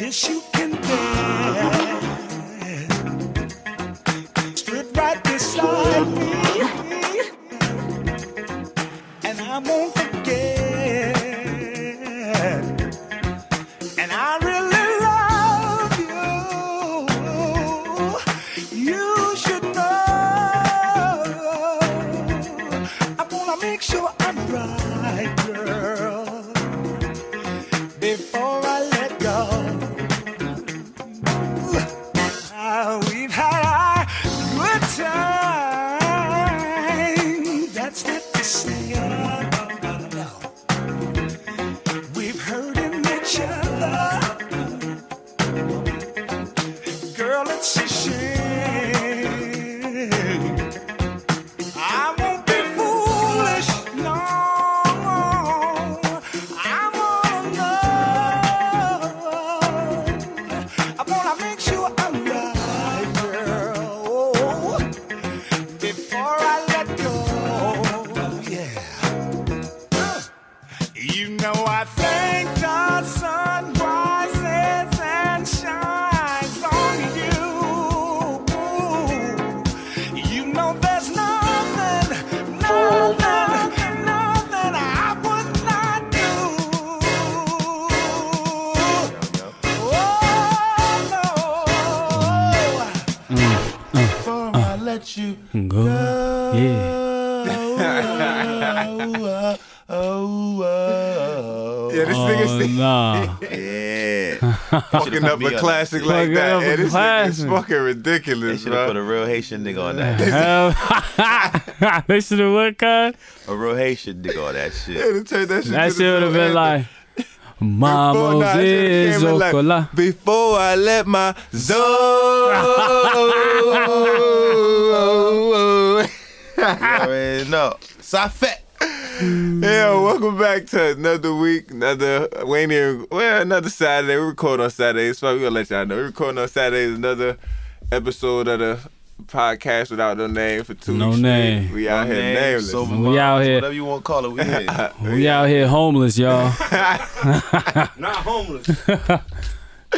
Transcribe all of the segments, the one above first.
Yes, you can dance. Strip right beside me, and I won't forget. And I really love you. You should know. I wanna make sure I'm right, girl, before I let go. Ah, we've had our good time. That's not to say. oh, no, no. We've hurting each other. Girl, it's a shame. I won't be foolish. No. I wanna love. I wanna make sure I'm right, girl. Before I let go. Yeah. You know I think the sun rises and shines on you. You know there's nothing, nothing, nothing I would not do. Oh no. Before I let you Go. go. Yeah. oh, oh, oh, oh. Yeah, this Oh, nigga nah. Yeah. Should've fucking put up me a on classic Fucking like up that. a Yeah, this nigga is classic. fucking They ridiculous, should have put bro. a real Haitian nigga on that. Hell, they should have what kind? A real Haitian nigga on that shit. Should've turned that shit That to the shit would have full been anthem. like, Before- nah, Mamos that shit is came in like, Ocola. Before I let my zone. I mean, no. Safet. Yeah, welcome back to another week, another we ain't even well, another Saturday. We record on Saturdays, so we gonna let y'all know. We recording on Saturdays, another episode of the podcast without no name for two No weeks straight. name. We out here nameless. sober We moms, out here. Whatever you want to call it, we here. We out here homeless, y'all. Not homeless.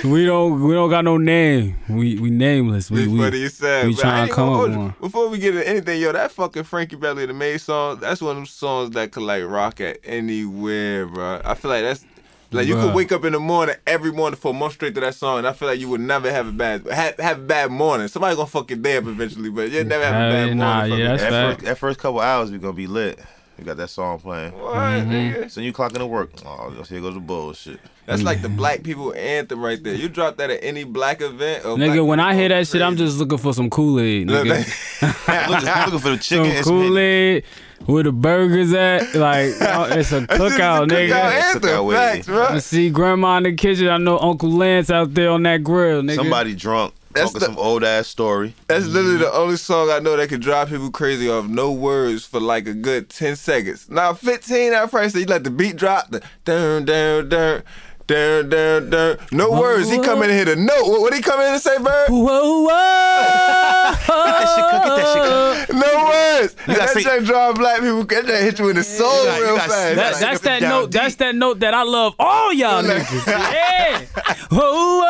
We don't we don't got no name. We we nameless. We Be we, funny yourself. we man. tryna I ain't come gonna up hold with you. one. Before we get into anything, yo, that fucking Frankie Beverly the Maid song, that's one of them songs that could like rock at anywhere, bro. I feel like that's like you could Bruh. wake up in the morning every morning for a month straight to that song, and I feel like you would never have a bad have, have a bad morning. Somebody gonna fuck your day up eventually, but you'll never have a Hell bad yeah, morning. nah, fucking- yeah, that's that, fact. first, that first couple hours, we going to be lit. We got that song playing. What, Mm-hmm. nigga? So you clocking to work. Oh, here goes the bullshit. That's like the black people anthem right there. You drop that at any black event, or black Nigga, when I people hear go that shit, I'm crazy. just looking for some Kool Aid, Look, nigga. that- I'm looking, I'm looking for the chicken. some and Kool Aid, where the burgers at. Like, oh, it's a This is a cookout, cookout nigga. anthem, Cookout with it. facts, bro. I see grandma in the kitchen. I know Uncle Lance out there on that grill, nigga. Somebody drunk. That's talking the- some old ass story. That's literally the only song I know that could drive people crazy off no words for like a good 10 seconds. Now, 15 at first, you let the beat drop, the dun, dun, dun, dun, dun, dun. No words. He come in here to note. What, what he come in and say, Bird? Whoa, whoa. Get that shit cooked, get that shit cooked. No words. You gotta that say- shit drive black people. That shit hit you in the soul You gotta- you real gotta- that- fast. That, Like, that's up and that down note. That's that note that I love all y'all niggas. Yeah. Whoa,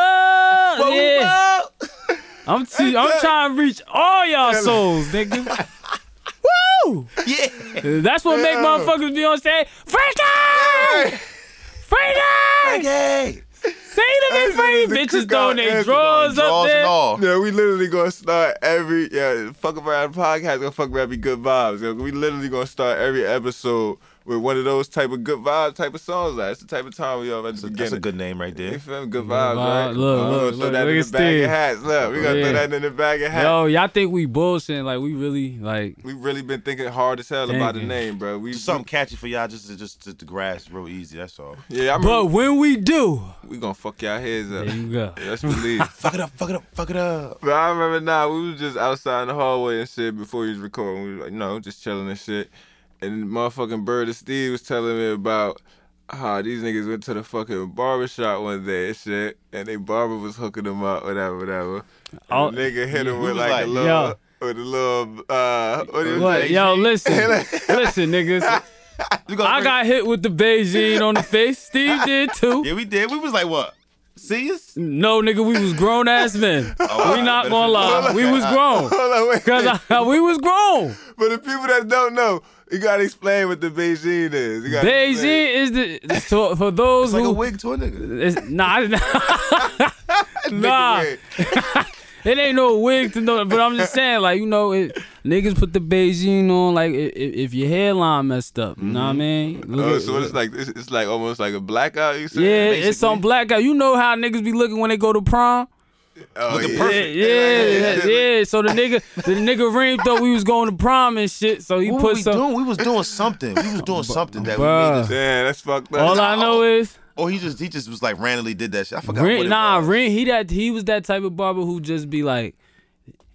whoa. yeah. I'm t- I'm trying to reach all y'all souls, nigga. Woo! Yeah. That's what make motherfuckers be on stage. Freaky! Freaky! Okay. Say to me, That's the Freaky! Bitches cookout throwing their anthem. drawers up Draws and there. all. Yeah, we literally gonna start every yeah, fuck around podcast gonna fuck around be good vibes. Yo. We literally gonna start every episode with one of those type of good vibes type of songs. Like. That's the type of time we have at the beginning. That's a good name right You there. feel me? Good vibes, vibe. right? Look, we look, gonna look, throw that look in at the bag Steve. of hats. Look, we gonna Yeah. throw that in the bag of hats. Yo, y'all think we bullshitting? Like we really like? We really been thinking hard as hell about the Thinking. name, bro. We Just something catchy for y'all just to just to, to grasp real easy. That's all. yeah, I'm. But when we do, we gonna fuck y'all heads up. there you go. Let's believe. Fuck it up. Fuck it up. Fuck it up. But I remember now we was just outside in the hallway and shit before he was recording. We was like, you know, just chilling and shit. And motherfucking Bird and Steve was telling me about how these niggas went to the fucking barber shop one day and shit, and they barber was hooking them up, whatever, whatever. And Oh, the nigga hit him we was with like, like, a little, yo. with a little, uh, what do you What? say? Yo, listen, listen, niggas. We gonna I bring- got hit with the Beijing on the face. Steve did too. Yeah, we did. We was like what? See us? No, nigga, we was grown ass men. Oh, we not better gonna be- lie. We was grown. Hold on, wait. Cause I, we was grown. For the people that don't know, you gotta explain what the Beijing is. You gotta Beijing explain. is the so for those Like a who wig to a nigga. it's, nah, I didn't- nah, Wait, it ain't no wig to know. But I'm just saying, like you know, it, niggas put the Beijing on. Like if, if your hairline messed up, you know what Mm-hmm. I mean? Look Oh, at- so it's like it's, it's like almost like a blackout. You said? yeah, it's on blackout. You know how niggas be looking when they go to prom. Oh, Looking yeah. perfect. Yeah, yeah, yeah, yeah. So the nigga, the nigga Reem thought we was going to prom and shit. So he What were put we some. doing? We was doing something. We was doing something that we Bruh. made this. Damn, that's fucked up. All I know is Or he just he just was like randomly did that shit. I forgot. what Ren, it nah, was. Ren, he that he was that type of barber who just be like,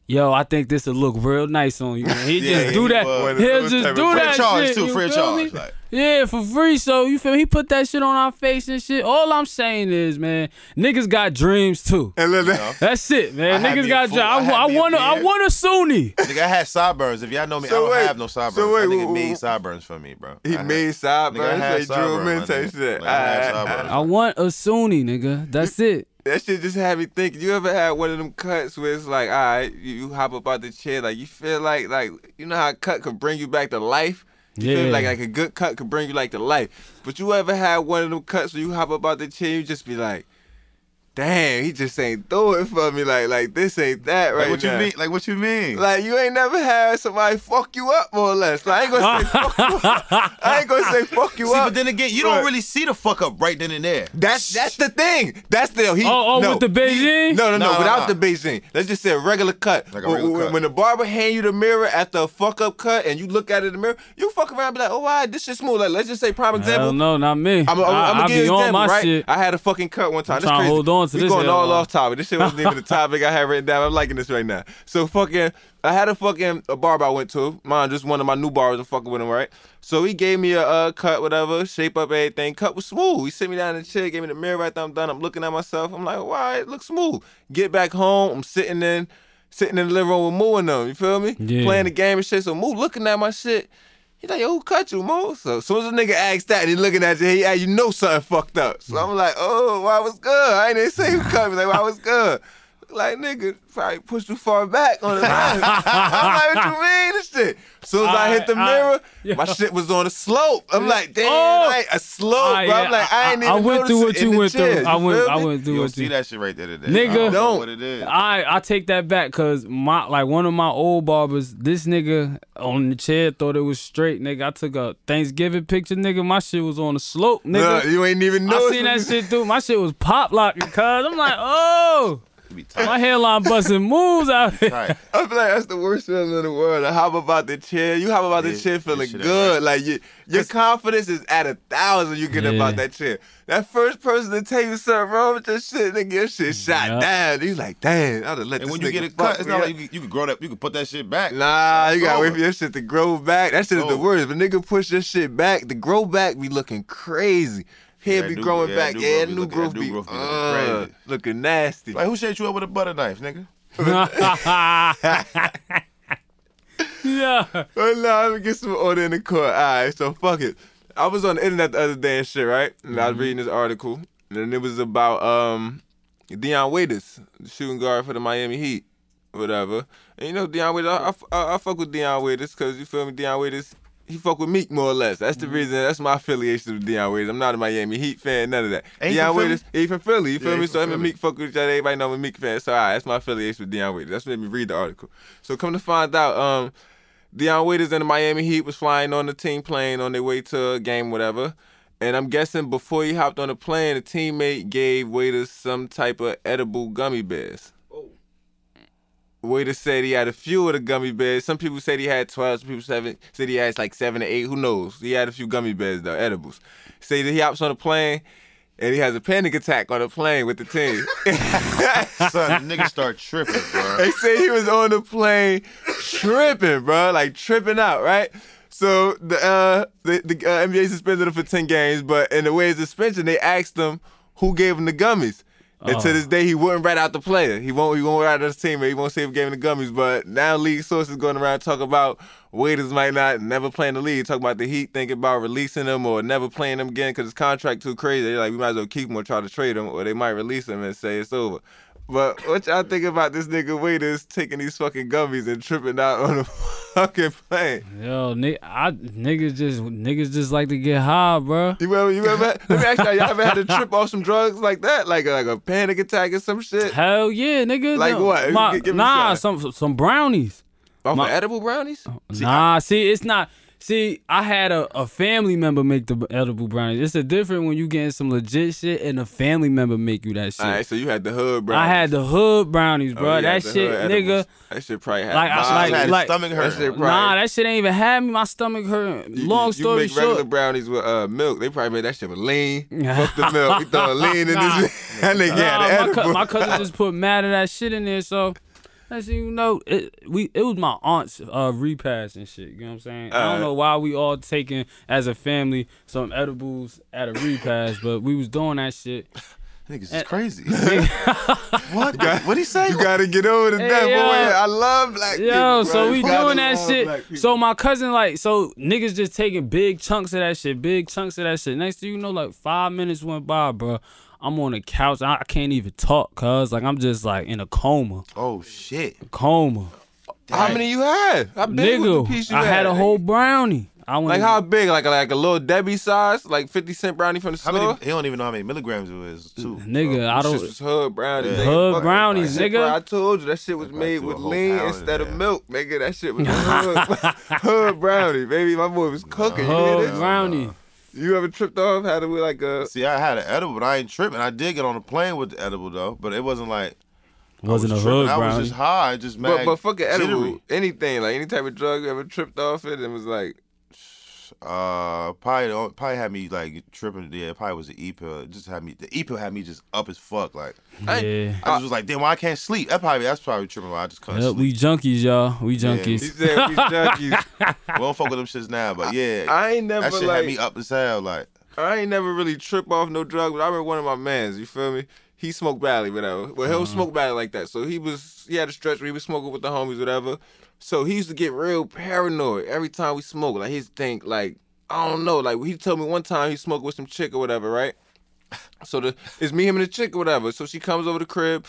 "Yo, I think this will look real nice on you." And he Yeah, just do he that. was. He'll Those just type do of- Free that of charge shit, too. you Free of feel charge. me? Like, Yeah, for free. So you feel me? He put that shit on our face and shit. All I'm saying is, man, niggas got dreams too. And look, that- That's it, man. I had me niggas a got fool. dreams. I, I had wa- I me a want to. I beard. want a Sunni. nigga, I had sideburns. If y'all know me, So I don't wait, have no sideburns. so wait, I think wh- it made wh- sideburns for me, bro. he I made Nigga, I had sideburns. They drew him sideburns, in type my nigga. shit. Like, I had Ah, sideburns. I want a Sunni, nigga. That's it. That shit just had me thinking. You ever had one of them cuts where it's like, all right, you, you hop up out the chair, like you feel like, like you know how a cut could bring you back to life. You Yeah. feel like like a good cut could bring you like to life. But you ever had one of them cuts where you hop up out the chair, you just be like, damn, he just ain't doing it for me. Like like this ain't that right Like what you now. mean? Like what you mean? Like you ain't never had somebody fuck you up more or less. Like, I ain't gonna say fuck you up. I ain't gonna say fuck you See, up. but then again, you Right. don't really see the fuck up right then and there. That's that's the thing. That's the he. Oh, oh, no. with the Beijing? No, no, no, Nah, without nah. the Beijing. Let's just say a regular cut. Like a When- regular when, cut. when the barber hand you the mirror after a fuck up cut, and you look at it in the mirror, you fuck around and be like, oh, why this shit smooth? Like, let's just say prime Hell example. no, not me. I'm, I'm, I- I'm I gonna give be you an on example, my right? shit. I had a fucking cut one time. I'm This trying to crazy. hold on to we this going all headline. off topic. This shit wasn't even the topic I had written down. I'm liking this right now. So fucking, I had a fucking a barber I went to. Mine, just one of my new barbers. I'm fucking with him, right? So he gave me a uh, cut, whatever, shape up, everything. Cut was smooth. He sit me down in the chair, gave me the mirror. Right there, I'm done. I'm looking at myself. I'm like, why it looks smooth? Get back home. I'm sitting in, sitting in the living room with Moo and them. You feel me? Yeah. Playing the game and shit. So Moo looking at my shit. He like, yo, who cut you, Mo? So as soon as a nigga asked that, and he looking at you, he, you know something fucked up. So I'm like, oh, why was good? I ain't even say who cut me. Like, why was good? Like, nigga, probably pushed too far back on the line. I'm like, what you mean and shit? As soon as I, hit the I- I- mirror, yeah. my shit was on a slope. I'm like, damn, Oh. like a slope, I- bro. I'm like, I, ain't even went through notice what it you in the went chair. through. I You went. feel I me? went You through don't what see you. that shit right there today. Nigga. I don't know Don't. what it is. I I take that back because my like one of my old barbers, this nigga on the chair thought it was straight, nigga. I took a Thanksgiving picture, nigga. My shit was on the slope, Nah, nigga. you ain't even I noticed. seen that shit through. My shit was pop locking, cuz I'm like, oh, You be tight. my hairline busting moves out here. tight. I feel like that's the worst feeling in the world. I hop about the chair. You hop about the Yeah, chair that feeling shit ain't good. Like you, your confidence is at a thousand. You get Yeah. about that chair. That first person to tell you something wrong with your shit, nigga, your shit shot Yeah. down. You like, damn, I done let And this when you nigga get it fuck cut, it's me not up." like you, can- you can grow that. You can put that shit back. Nah, you gotta wait over. for your shit to grow back. That shit is the over. worst. But nigga push your shit back, the grow back be looking crazy. Hair Yeah, be new- growing yeah, back. new yeah, growth be new looking- growth new be, growth be looking uh, crazy. looking nasty. Like who shaped you up with a butter knife, nigga? yeah. Well, nah, let me get some order in the court. All right, so fuck it. I was on the internet the other day and shit, right? And I Mm-hmm. was reading this article, and it was about um Deion Waiters, the shooting guard for the Miami Heat, whatever. And you know, Deion Waiters, I, I, I- I fuck with Deion Waiters because you feel me, Deion Waiters. He fuck with Meek more or less. That's Mm-hmm. the reason. That's my affiliation with Deion Waiters. I'm not a Miami Heat fan, none of that. Ain't he Deion from Philly? Waiters, he from Philly. You feel Yeah, me? he So from him and Philly. Meek fuck with each other. Everybody know I'm a Meek fan. So all right, that's my affiliation with Deion Waiters. That's what made me read the article. So come to find out, um, Deion Waiters and the Miami Heat was flying on the team plane on their way to a game, whatever. And I'm guessing before he hopped on the plane, a teammate gave Waiters some type of edible gummy bears. Waiters said he had a few of the gummy bears. Some people said he had 12. Some people seven, said he had like seven or eight. Who knows? He had a few gummy bears, though, edibles. Say that he hops on the plane and he has a panic attack on the plane with the team. Son, the nigga start tripping, bro. they say he was on the plane tripping, bro, like tripping out, right? So the uh, the, the uh, NBA suspended him for ten games, but in the way of suspension, they asked him who gave him the gummies. And to this day, he wouldn't rat out the player. He won't. He won't rat out his teammate. He won't say who gave him the gummies. But now, league sources going around talking about Waiters might not never playing the league. Talking about the Heat thinking about releasing him or never playing him again because his contract too crazy. They're like, we might as well keep him or try to trade him, or they might release him and say it's over. But what y'all think about this nigga Waiters taking these fucking gummies and tripping out on the fucking plane? Yo, ni- I, niggas just niggas just like to get high, bro. You ever, you ever, let me ask y'all, y'all ever had to trip off some drugs like that? Like a, like a panic attack or some shit? Hell yeah, nigga. Like No. what? My- Gi- give me nah, some. some some brownies. Off my- of edible brownies? Oh, nah, see, it's not. See, I had a, a family member make the edible brownies. It's a different when you getting some legit shit and a family member make you that shit. All right, so you had the hood brownies. I had the hood brownies, Oh, bro. you that had the shit, hood edibles. nigga. That shit probably had. Like, I- vibes. like- had his like- stomach that shit hurt. probably. Nah, that shit ain't even had me. My stomach hurt. you- Long you story make short, regular brownies with uh, milk. They probably made that shit with lean. Fuck the milk. We throw lean in this. Nah. that nigga Nah, had my, edible. cou- my cousin just put mad of that shit in there, so that's you know it. We it was my aunt's uh, repast and shit. You know what I'm saying? I don't Alright. know why we all taking as a family some edibles at a repast, but we was doing that shit. Niggas is crazy. what? got- What he say? you gotta get over to that, yo. boy. I love black people. Yo, so bro. we You gotta doing that love black shit. people. So my cousin like, so niggas just taking big chunks of that shit, big chunks of that shit. Next thing you know, like five minutes went by, bro. I'm on the couch. I I can't even talk, cause like I'm just like in a coma, Oh shit. coma. how many you had? How big was the piece Nigga, you I had had eh? a whole brownie. I went Like how big? Like like a little Debbie size? Like fifty cent brownie from the How store? many? He don't even know how many milligrams it is. Too. nigga, I Shit don't. was hood brownies. Yeah. nigga. Hood Fuck brownies, that. nigga. Bro, I told you that shit was made threw a with whole lean pound in instead of there. milk, nigga. That shit was hood, hood brownie, baby. My boy was cooking. you Hub hear this? brownie. You ever tripped off? Had it with like a See, I had an edible, but I ain't tripping. I did get on a plane with the edible though, but it wasn't like Wasn't I a was hood tripping. I was brownie. just high, just mad. but but fucking edible, jittery. anything like any type of drug you ever tripped off it and was like Uh, probably the- probably had me like tripping. Yeah, it probably was the e pill. It Just had me. The e pill had me just up as fuck. Like I- Yeah. Uh, I just was like, damn, why I can't sleep? That probably that's probably tripping. Why I just couldn't Yep, sleep. we junkies, y'all. We He junkies. said we junkies. We don't fuck with them shits now, but yeah, I ain't never that shit like had me up as hell. Like I ain't never really trip off no drug, but I remember one of my mans, you feel me? He smoked badly, whatever. Well, he'll smoke badly like that. So he was, he had a stretch where he was smoking with the homies, whatever. So he used to get real paranoid every time we smoked. Like, he'd think, like, I don't know. Like, he told me one time he smoked with some chick or whatever, right? So the it's me, him, and the chick or whatever. So she comes over the crib.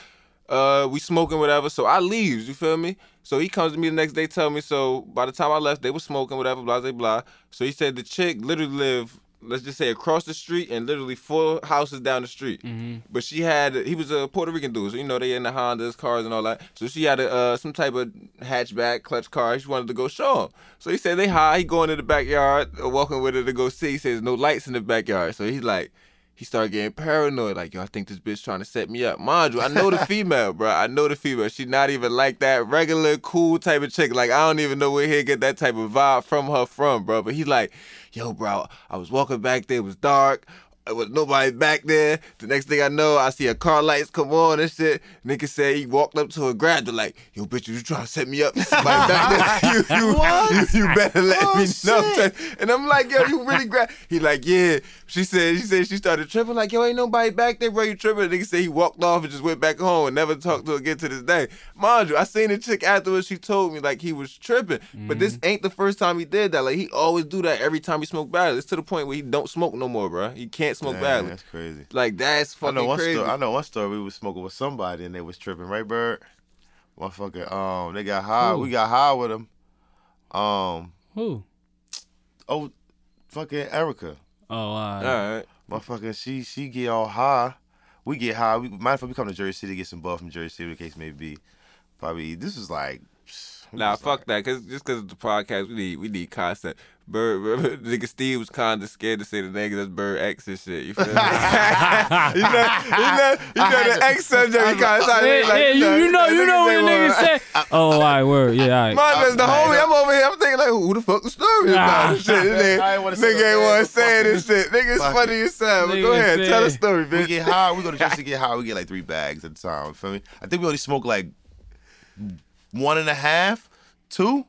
Uh, we smoking whatever. So I leaves. You feel me? So he comes to me the next day, tell me. So by the time I left, they were smoking whatever, blah blah blah. So he said the chick literally lived, let's just say across the street and literally four houses down the street. But she had he was a Puerto Rican dude, so you know they in the Hondas, cars, and all that. So she had a uh, some type of hatchback, clutch car. She wanted to go show him. So he said they high. He going to the backyard, uh, walking with her to go see. He says no lights in the backyard. So he's like he started getting paranoid. Like, yo, I think this bitch trying to set me up. Mind you, I know the female, bro. I know the female. She not even like that regular, cool type of chick. Like, I don't even know where he get that type of vibe from her from, bro. But he like, yo, bro, I was walking back there. It was dark. There was nobody back there. The next thing I know, I see a car lights come on and shit. Nigga said he walked up to her, grabbed her, like, yo, bitch, you trying to set me up? Somebody back there. You, you, you, you better let Oh, me know. And I'm like, yo, you really grab. He like, yeah. She said, she said she started tripping, like, yo, ain't nobody back there, bro. You tripping. The nigga said he walked off and just went back home and never talked to her again to this day. Mind you, I seen the chick afterwards. She told me like he was tripping. But this Mm. ain't the first time he did that. Like he always do that every time he smoked badly. It's to the point where he don't smoke no more, bro. He can't smoke damn, badly. that's crazy. Like that's I fucking know one crazy. story. I know one story. We was smoking with somebody and they was tripping, right, Bird? Motherfucker. Um, they got high. We got high with them. Um, Who? oh, fucking Erica. Oh, all right. All right. Motherfucker, she she get all high. We get high. We might if we come to Jersey City get some buff from Jersey City, the case may be. Probably this was like. we Nah, was fuck that. Cause just cause it's the podcast, we need we need concept. Bird, remember, nigga Steve was kind of scared to say the nigga that's Bird X and shit. You feel me? you know, you know, you know the X subject. You kind of Yeah, yeah, you, you know, you know what the nigga said. Oh, all right, word. Yeah, all right. Mine is the homie. I'm over here. I'm thinking like, who the fuck the story about? Nah. This shit, this I nigga, ain't wanna say nigga no ain't name, want to but fuck say this shit. Nigga, it's Fuck funny as hell. But go Nigga ahead, tell the said- story, We bitch. get high. We go to Jersey to get high. We get like three bags at a time. Feel me? I think we only smoke like one and a half, two.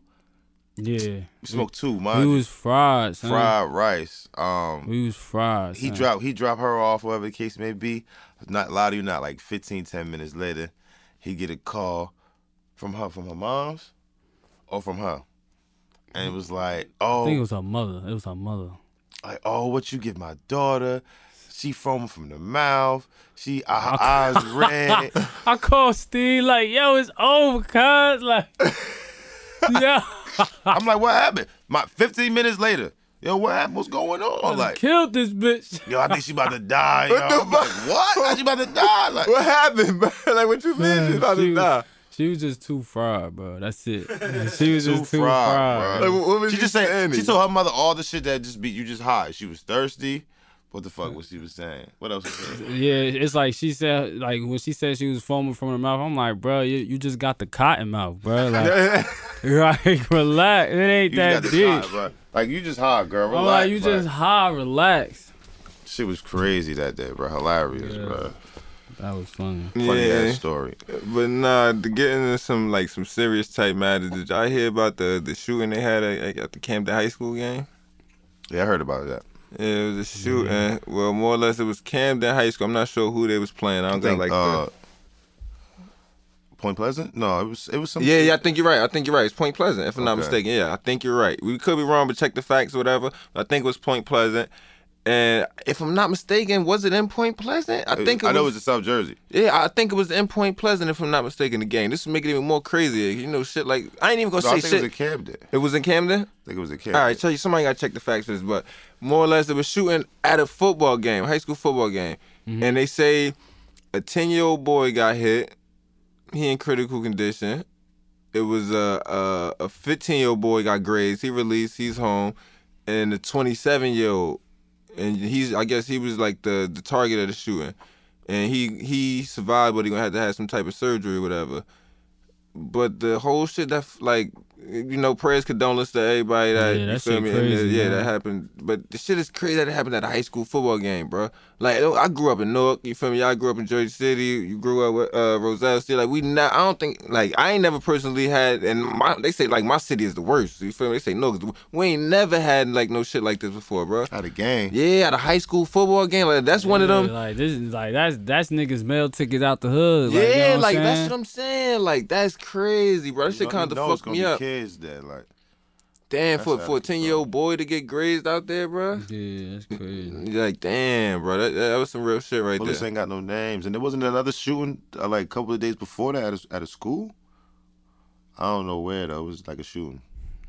Yeah, We uh, smoked two. we Mine was fried, son. fried rice. Um, We was fried. he son. dropped he dropped her off, whatever the case may be. Not lie to you, not like 15, 10 minutes later, he get a call from her, from her mom's, or from her. and was like, I "Oh, think it was her mother. It was her mother. like, oh, what you give my daughter? She foaming from the mouth. She uh, her eyes red. I called Steve like, yo, it's over, cuz. Like, yeah, I'm like, what happened? My 15 minutes later, yo, what happened? What's going on? Like, killed this bitch. yo, I think she about to die. What the yo. I'm like, fuck? what? How she about to die? Like, What happened, bro? Like, what you mean? She's Man, about she to was- die. She was just too fried, bro. That's it. She was too just too fried, fried. bro. Like, what was she you just said saying? she told her mother all the shit that just be you just high. She was thirsty. What the fuck was she was saying? What else was she saying? Yeah, it's like she said, like when she said she was foaming from her mouth, I'm like, bro, you, you just got the cotton mouth, bro. Like, like relax. It ain't You that just got deep. this high, bro. Like you just high, girl. I'm Relax, like, you bro. just high, relax. She was crazy that day, bro. Hilarious, Yeah. bro. That was funny. Funny Yeah. ass story. But nah, to get into some like some serious type matters. Did y'all hear about the the shooting they had at, at the Camden High School game? Yeah, I heard about that. Yeah, it was a shooting. Mm-hmm. Well, more or less, it was Camden High School. I'm not sure who they was playing. I don't got like. uh, Point Pleasant? No, it was it was the... some. Yeah, yeah, I think you're right. I think you're right. It's Point Pleasant, if I'm not Okay. mistaken. Yeah, I think you're right. We could be wrong, but check the facts or whatever. I think it was Point Pleasant. And if I'm not mistaken, was it in Point Pleasant? I think it Uh, I know it was was in South Jersey. Yeah, I think it was in Point Pleasant, if I'm not mistaken, the game. This would make it even more crazier. You know, shit like I ain't even gonna No, I say think shit. it was in Camden. It was in Camden. I think it was in Camden. All right, tell you somebody gotta check the facts for this, but more or less, they were shooting at a football game, high school football game, and they say a ten year old boy got hit. He in critical condition. It was a a fifteen year old boy got grazed. He released. He's home, and the twenty seven year old, and he's I guess he was like the the target of the shooting, and he he survived, but he gonna have to have some type of surgery or whatever but the whole shit that like you know prayers condolence to everybody that Yeah, you that feel shit me crazy, and, uh, yeah man. that happened but the shit is crazy that it happened at a high school football game bro like oh, I grew up in Newark you feel me I grew up in Jersey City you grew up with uh, Roselle City like we not I don't think like I ain't never personally had and my, they say like my city is the worst you feel me they say no 'cause we ain't never had like no shit like this before bro Out of game. yeah at a high school football game like that's one of Yeah, them Like this is like that's that's niggas mail tickets out the hood. Like, you know yeah what like I'm that's saying? what I'm saying like that's crazy bro You that shit know, you kind know of it's fucked gonna me be up Kids that like Damn, for, That's for a out of 10 year old boy to get grazed out there, bro. Yeah, that's crazy. Like, damn, bro. That, that was some real shit right bullets there. ain't got no names, and there wasn't another shooting uh, like a couple of days before that at a, at a school. I don't know where though. It was like a shooting,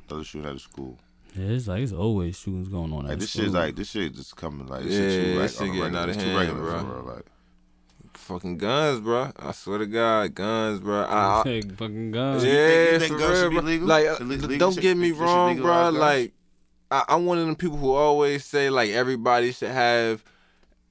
another shooting at a school. Yeah, it's like it's always shootings going on. Like at this school. shit's like this shit just coming like this Yeah, shit too this like, on shit the getting regular. outta It's too hand, regular bro. for real, Like Fucking guns, bro. I swear to God, guns, bro. I, I, Take fucking guns. think- uh, yeah, Uh, you think for guns real, should be bro. legal? Like, uh, Is it legal? don't Should- get me it should wrong, bro. legalize guns? Like, I, I'm one of them people who always say, like, everybody should have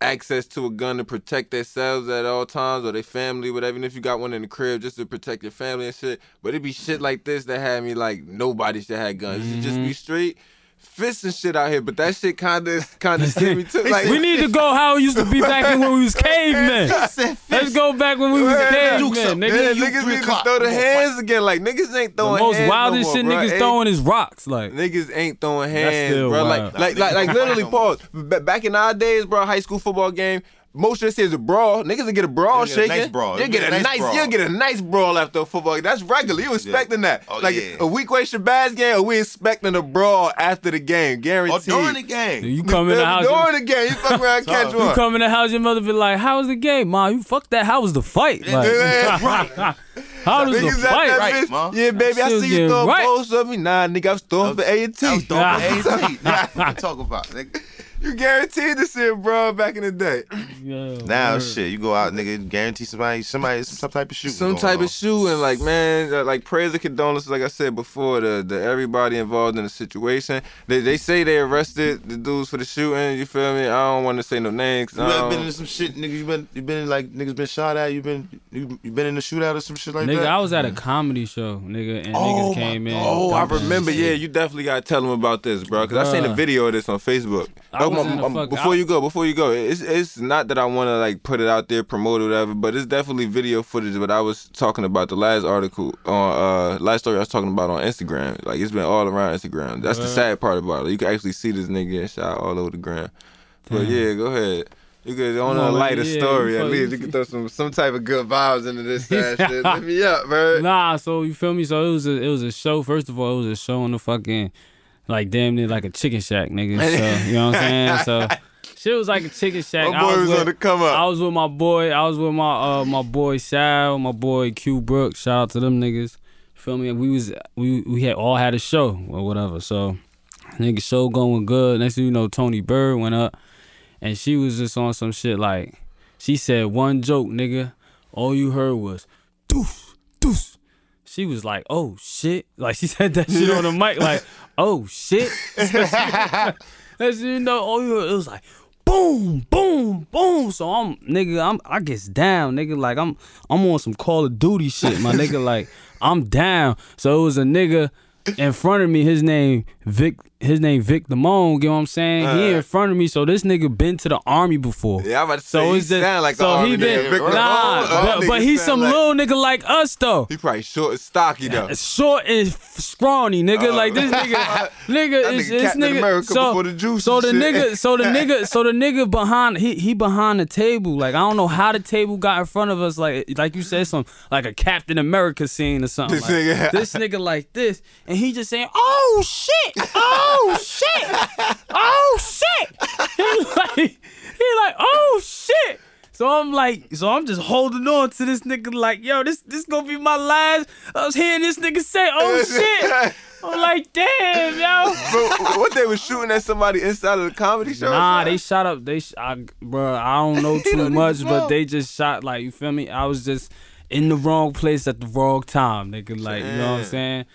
access to a gun to protect themselves at all times or their family, whatever. Even if you got one in the crib just to protect your family and shit. But it be shit like this that had me like nobody should have guns. You should just Mm-hmm. be straight. Fists and shit out here, but that shit kind of kind of scared me too. Like we need to go how it used to be back in when we was cavemen. Let's go back when we was Yeah, Duke's cavemen, nigga. Yeah, you niggas three need to o'clock. throw the Come on, hands again. Like niggas ain't The throwing most hands wildest no shit more, bruh. niggas Ain't- throwing is rocks. Like Niggas ain't throwing hands, still bro. wild. Like, Nah, like, niggas like, like, don't literally, fight no pause. Ba- back in our days, bro, high school football game, most of this is a brawl. Niggas will get a brawl They'll get a shaking. nice brawl. They'll get a nice, brawl. you'll get a nice brawl after a football game. That's regular. You expecting that. Oh, like, yeah. a weekday Shabazz game, or we expecting a brawl after the or game, guaranteed. Oh, during the game. you come in the house, During you, the game, you fuck around, catch you one. come in the house, your mother be like, "How was the game, ma? You fuck that. How was the fight? Like, Yeah, how was the Niggas at that fight? Right, bitch. ma. Yeah, baby, I Shit see you was throwing right. balls at me. Nah, nigga, I'm throwing for A and T. That was dope. AT. Nah, fucking talk about nigga. You guaranteed this shit, bro, back in the day. Yeah, Now word. shit, you go out, nigga, guarantee somebody, somebody, some, some type of shooting. Some going type on. of shooting, like man, uh, like prayers and condolences, like I said before, the the everybody involved in the situation. They they say they arrested the dudes for the shooting. You feel me? I don't want to say no names. um, 'cause You I ever don't- been in some shit, nigga? You been, you been like niggas been shot at. You been, you, you been in a shootout or some shit like nigga, that. I was at a comedy show, nigga, and Oh, niggas came in. Oh, I dumping remember. shit. Yeah, you definitely gotta tell them about this, bro. Because I seen a Bruh. video of this on Facebook. I Oh, was my- in the um, fuck- before I- you go, before you go, it's it's not that I want to like put it out there, promote it, whatever. But it's definitely video footage. But I was talking about the last article on uh last story I was talking about on Instagram. Like it's been all around Instagram. That's the sad part about it. You can actually see this nigga getting shot all over the ground. But yeah, go ahead. You could on Come a on, lighter yeah, story you at fuck- least. You could throw some some type of good vibes into this side shit. Lift me up, bro. Nah, so you feel me? So it was a it was a show. First of all, it was a show on the fucking like damn near like a chicken shack, nigga. So you know what I'm saying? So shit was like a chicken shack. My boy I was with, on the come up. I was with my boy. I was with my uh my boy Sal, my boy Q Brooks. Shout out to them niggas. Feel me? We was we we had all had a show or whatever. So nigga show going good. Next thing you know, Tony Bird went up, and she was just on some shit like she said one joke, nigga. All you heard was doof doof. She was like, "Oh shit!" Like she said that shit on the mic, like, "Oh shit." As you know, all you heard, it was like boom, boom, boom. So I'm nigga, I'm I gets down, nigga. Like I'm I'm on some Call of Duty shit, my nigga. Like I'm down. So it was a nigga in front of me. His name Vic. His name Vic Damone. You know what I'm saying? he in front of me. So this nigga been to the army before. Yeah, I'm about to say, So he it's just sound like so the he army been nigga, Vic nah, Damone. All but, but niggas he's some sound like- little nigga like us though He probably short and stocky though. short and f- scrawny, nigga. like this nigga, nigga Uh, That is nigga this Captain nigga. America so before the juice so and the shit. nigga, so the nigga, so the nigga behind he he behind the table. Like I don't know how the table got in front of us. Like like you said, some like a Captain America scene or something. This like, nigga- this nigga like this, and he just saying, "Oh shit, oh shit, oh shit." He like he like, "Oh shit." So I'm like, so I'm just holding on to this nigga, like, yo, this this gonna be my last. I was hearing this nigga say, "Oh shit." I'm like, damn, yo. Bro, what they was shooting at somebody inside of the comedy show? Nah, they shot up. They, sh- I, bro, I don't know too much, but they just shot like you feel me. I was just in the wrong place at the wrong time, nigga. Like you know what I'm saying?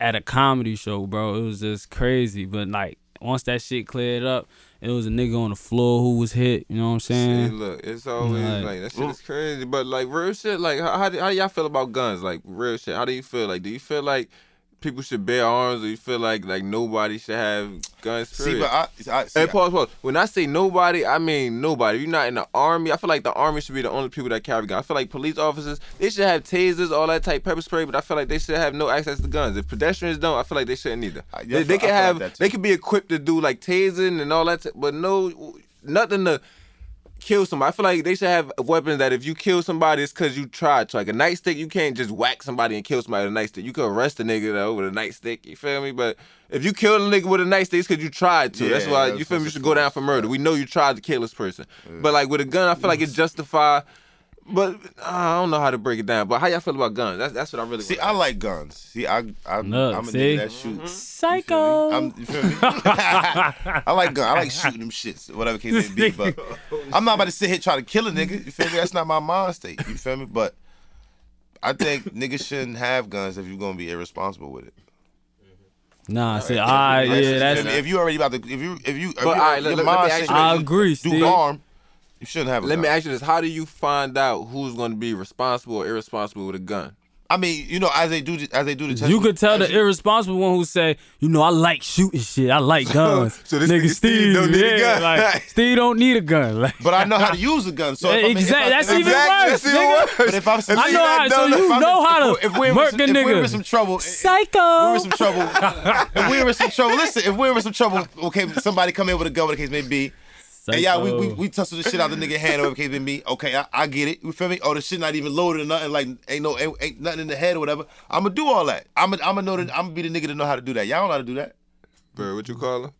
At a comedy show, bro, it was just crazy. But like once that shit cleared up, it was a nigga on the floor who was hit. You know what I'm Hey, saying? look, it's always Like- like, that shit is crazy, but like real shit. Like, how, how, do, how do y'all feel about guns? Like real shit. How do you feel? Like, do you feel like people should bear arms, or you feel like like nobody should have guns? See, period? but I, I, see, Hey, pause, pause. When I say nobody, I mean nobody. You're not in the army. I feel like the army should be the only people that carry guns. I feel like police officers, they should have tasers, all that type pepper spray, but I feel like they should have no access to guns. If pedestrians don't, I feel like they shouldn't either. I- yeah, they, they I feel can like have, that too. they could be equipped to do like tasing and all that, t- but no, nothing to kill somebody. I feel like they should have weapons that if you kill somebody, it's because you tried to. Like a nightstick, you can't just whack somebody and kill somebody with a nightstick. You could arrest a nigga though with a nightstick. You feel me? But if you kill a nigga with a nightstick, it's because you tried to. that's Yeah, why that's you feel me. You what's should go down for murder. We know you tried to kill this person. But like with a gun, I feel like it justify. But uh, I don't know how to break it down. But how y'all feel about guns? That's that's what I really. see, wanna I like guns. See, I, I, Look, I'm a see? nigga that shoots. Mm-hmm. Psycho. I'm, you feel me? I like gun. I like shooting them shits, whatever case may be. But I'm not about to sit here trying to kill a nigga. You feel me? That's not my mind state. You feel me? But I think niggas shouldn't have guns if you're gonna be irresponsible with it. nah, see, I Ah, yeah, If- that's. if you already about to, if you, if you, if all right, you, let- your let- let me mind ask state you- I you agree, Steve. do harm, you shouldn't have. A Let gun. me ask you this: How do you find out who's going to be responsible or irresponsible with a gun? I mean, you know, as they do, as they do the test, You could tell the irresponsible one who say, you know, I like shooting shit. I like guns. so this nigga Steve don't need yeah, a gun. Like, Steve don't need a gun. Like, But I know how to use a gun. So if I'm- if Exact- I- that's if- even worse, that's even nigga. worse. But if I'm, if I know how. So you know how to if we're in murk some, a if we're in nigga. some trouble, Psycho. we're in some trouble. if we were in some trouble, listen, if we were in some trouble, okay, somebody come in with a gun, whatever the case may be. And yeah, we, we we tussle the shit out the nigga hand, whatever the case may be. Okay, I, I get it. You feel me? Oh, the shit not even loaded or nothing. Like ain't no ain't, ain't nothing in the head or whatever. I'ma do all that. I'ma I'ma know that I'ma be the nigga to know how to do that. Y'all don't know how to do that. Bro, what you call him?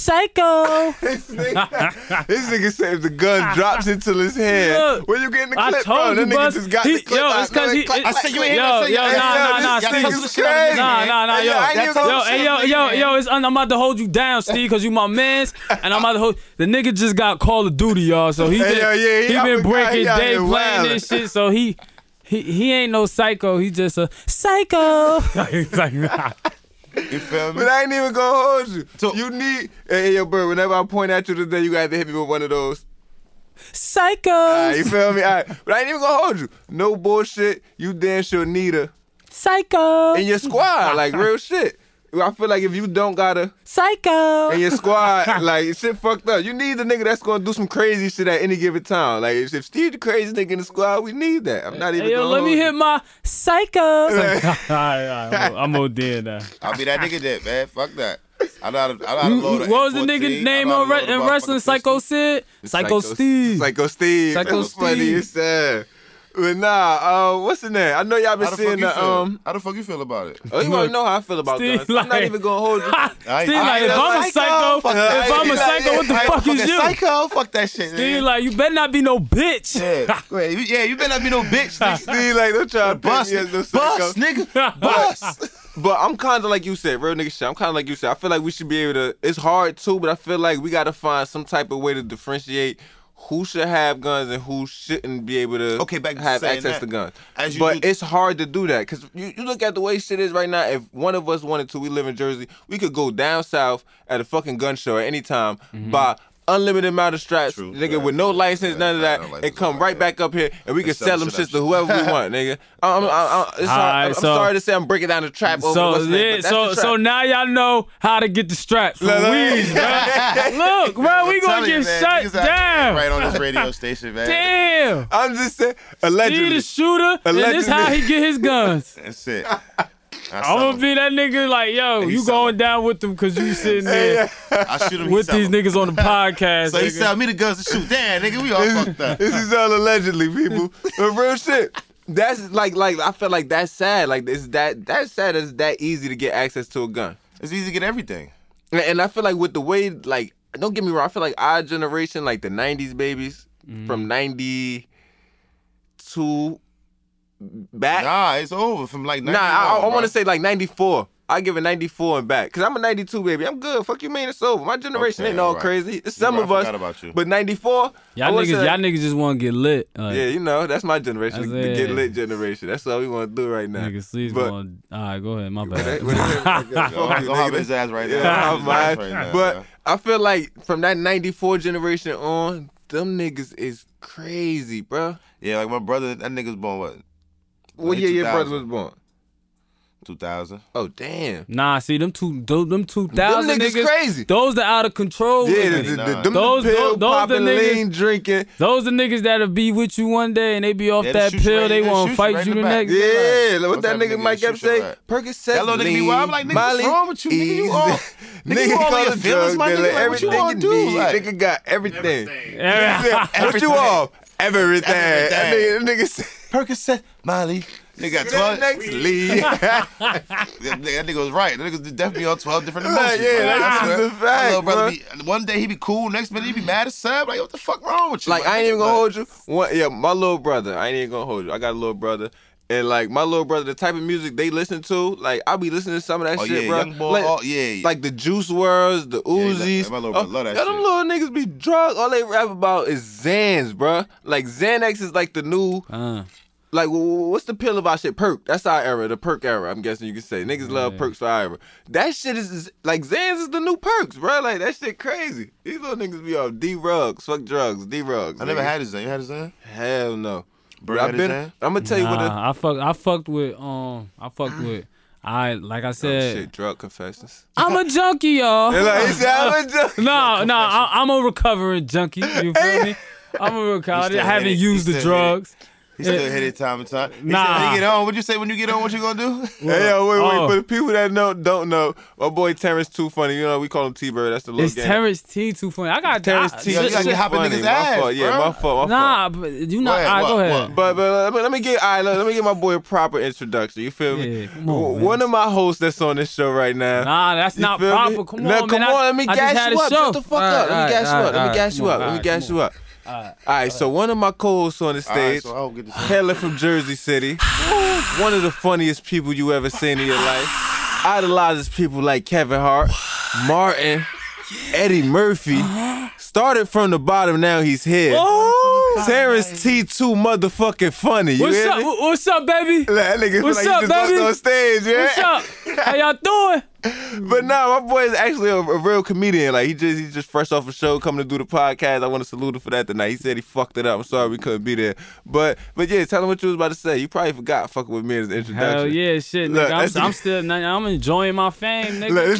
Psycho. This nigga said if the gun drops into his head, Look, where you getting the I clip told from? That you, nigga Buzz, just got he- the clip. yo, out. it's 'cause he- Click, it- click, I said you ain't Yo, hear me say yo, nah, y'all- y'all- nah, this- nah, y'all Steve. tussle the shit out of the Nah, nigga. nah, nah, Hey, yo. I ain't even Yo, gonna hey, say yo, nothing, yo, man. yo, it's un- I'm about to hold you down, Steve, cause you my man's, and I'm about to hold the nigga just got Call of Duty, y'all. So he Hey, been, yo, yeah, he- he I been forgot breaking he out day here playing wildin'. this shit. So he, he, he ain't no psycho. He just a psycho. He's like, nah. You feel me? But I ain't even gonna hold you. So- you need, hey, yo, bro, whenever I point at you today, you got to hit me with one of those. All right, psycho, you feel me? All right. But I ain't even gonna hold you. No bullshit. You damn sure need her psycho, in your squad. Like, real shit. I feel like if you don't got her psycho. in your squad, like, shit fucked up. You need the nigga that's gonna do some crazy shit at any given time. Like, if, if Steve the crazy nigga in the squad, we need that. I'm not even Hey, yo, gonna let hold me you. hit my psycho. It's like, all right, all right, I'm, I'm OD now. I'll be that nigga that man. Fuck that. I know. I know. You- you- What was the nigga name on re- in wrestling? Psycho Sid, Psycho Steve. Psycho Steve. Psycho That's Funny Steve. you said. But nah, uh, what's the name? I know y'all been How the fuck seeing you the feel? um. How the fuck you feel about it? Oh, you want to know how I feel about Steve, guns? I'm not like- even gonna hold you. Ha! I ain't- Steve I like, ain't if a I'm a psycho, Fuck that. if I'm a Like, psycho, what the I ain't a fuck is fucking you? Psycho, fuck that shit. Steve man. like, you better not be no bitch. yeah, Wait, you- yeah, you better not be no bitch. nigga. Steve, like, don't try to Bust, paint me as no psycho. bust, nigga, bust. But I'm kind of like you said, real nigga shit. I'm kind of like you said. I feel like we should be able to. It's hard too, but I feel like we got to find some type of way to differentiate who should have guns and who shouldn't be able to Okay, back to have saying access that. to guns. As you but do- it's hard to do that because you, you look at the way shit is right now. If one of us wanted to, we live in Jersey, we could go down south at a fucking gun show at any time buy Unlimited amount of straps, Mm-hmm. True, nigga, facts, with no yeah, license, yeah, none facts, of that, no and license, come all right that, back up here, and we can sell sell the them shit shits out to you. whoever we want, nigga. I'm, I'm, I'm, it's hard- right, I'm so- sorry to say I'm breaking down the trap over So what's next, yeah, but that's so the trap. so now y'all know how to get the straps from Look, look. weed, bro. Look, bro, we Telling gonna you, get man, shut niggas out here down. Right on this radio station, man. Damn. I'm just saying, He allegedly. the shooter, and this Allegedly. how he get his guns. That's it. I'm I, gonna be that nigga like, yo, he you sell going down with them because you sitting there I shoot him he with sell these him. niggas on the podcast. So he nigga. sell me the guns to shoot. Damn, nigga, we all fucked up. this is all allegedly, people. But real shit. That's like, like I feel like that's sad. Like it's that that's sad. It's that easy to get access to a gun. It's easy to get everything. And, and I feel like with the way, like, don't get me wrong. I feel like our generation, like the '90s babies Mm-hmm. from '92 back. Nah, it's over from like Nah, I, I, want to to say like 94. I give it 94 and back. Because I'm a 92 baby. I'm good. Fuck you mean it's over. My generation Okay, ain't all alright. crazy. It's You're some right, of I us. forgot about you. But 94. I y'all wanna niggas, say- y'all niggas just wanna get lit. Uh, Like, Yeah, you know, that's my generation. That's the it. get lit generation. That's all we want to do right now. Niggas, please but, going. All right, go ahead. My Hey, bad. what is it? Fuck you, Go hop nigga. his ass right Yeah, now. I'm mad. Right now, but yeah. I feel like from that 94 generation on, them niggas is crazy, bro. yeah, like my brother, that nigga's born what? What Late year your brother 2000. was born? 2000. Oh, damn. Nah, see them two, those, them two Them thousand niggas, crazy. Those that out of control. Yeah, with the, it. the, the, Nah. them Those- the those- pill those the popping, niggas- lean drinking. Those the niggas that'll be with you one day and they be off Yeah, they that shoot you pill, right- they they wanna shoot you fight right you in the the back. next day. Yeah, like what What's that that nigga nigga Mike that Epps shoot your say? back? Percocet, That little nigga be wild. I'm like, nigga, what's Molly, wrong with you, nigga? You all- Nigga, you all in call your it feelings, drug my nigga? dealer. Like, what you Everything wanna do? need. Like- Nigga got everything. Everything. Yeah. What you all? Everything. That nigga, Everything. that nigga said, Percocet, Molly. Nigga got that 12. That next lead. nigga that nigga was right. That nigga definitely on 12 different Like, emotions. yeah, that's bro. I swear. just a fact, My little brother bro. be, one day he be cool, next minute he be mad as sub. Like, what the fuck wrong with you? Like my I ain't nigga? even gonna Like, hold you. One, yeah, my little brother. I ain't even gonna hold you. I got a little brother, and like my little brother, the type of music they listen to, like I be listening to some of that Oh, shit, yeah, bro. Young Boy, like, oh, yeah, yeah. like the Juice Worlds, the he's Uzis. like- my little brother love that yo, them shit. little niggas be drunk. All they rap about is Zans, bro. Like Xanax is like the new. Uh, Like, wh- wh- what's the pill about shit? Perk. That's our era, the perk era. I'm guessing you can say niggas love perks for our era. That shit is, is- like Zans is the new perks, bro. Like that shit crazy. These little niggas be off D rugs, fuck drugs, D rugs. I never nigga. had his name. You had his name? Hell no. Bird I've had been. his hand? I'm gonna tell you what. A, nah, I fuck, I fucked with, um, I fucked with, I like I oh, said, shit, drug confessions. I'm a junkie, y'all. And like, he said, I'm a drug- No, no, I, I'm a recovering junkie. You feel me? I'm a recovering. still I haven't hit it. used He the still hit it. drugs. He still Yeah. hit it time and time. He said, Nah. when you get on, what you say when you get on? What you gonna do? Hey, yo, wait, wait. Oh. For the people that know, don't know, my boy Terrence Too Funny. You know, we call him T Bird. That's the little It's game. Terrence T too funny. I got Terrence I- T. Yo, you gotta Too get hop in Funny. niggas' my ass, fault. Yeah, bro. my fault. My fault. Nah, but you not. Wait, all right, go what, ahead. what? But, but let, me, let me get all right, let, let me give my boy a proper introduction. You feel me? Yeah, come on, man. One of my hosts that's on this show right now. Nah, that's You not feel me? proper. Come Nah, on, man. Come I- on, let me I just had gas a you up. show. Shut the fuck All up. Let right, me gas you all up. Let right, me gas you come up. on, Let me all gas right, you up. All right, so one of my co-hosts on the All right, stage, so I don't get this. Hella from Jersey City. One of the funniest people you ever seen in your life. Idolizes people like Kevin Hart, Martin, Eddie Murphy. Started from the bottom, now he's here. Terrence T. Too motherfucking funny. Oh. You What's hear up? me? Wh- What's up, baby? That nigga feel What's like he up, just walked baby? on stage, yeah. What's up? How y'all doing? But nah, my boy is actually a, a real comedian. Like he just he's just fresh off a show, coming to do the podcast. I want to salute him for that tonight. He said he fucked it up. I'm sorry we couldn't be there. But but yeah, tell him what you was about to say. You probably forgot fucking with me as the introduction. Hell yeah, shit, Look, nigga. I'm, that's- I'm still. I'm enjoying my fame, nigga. Look, this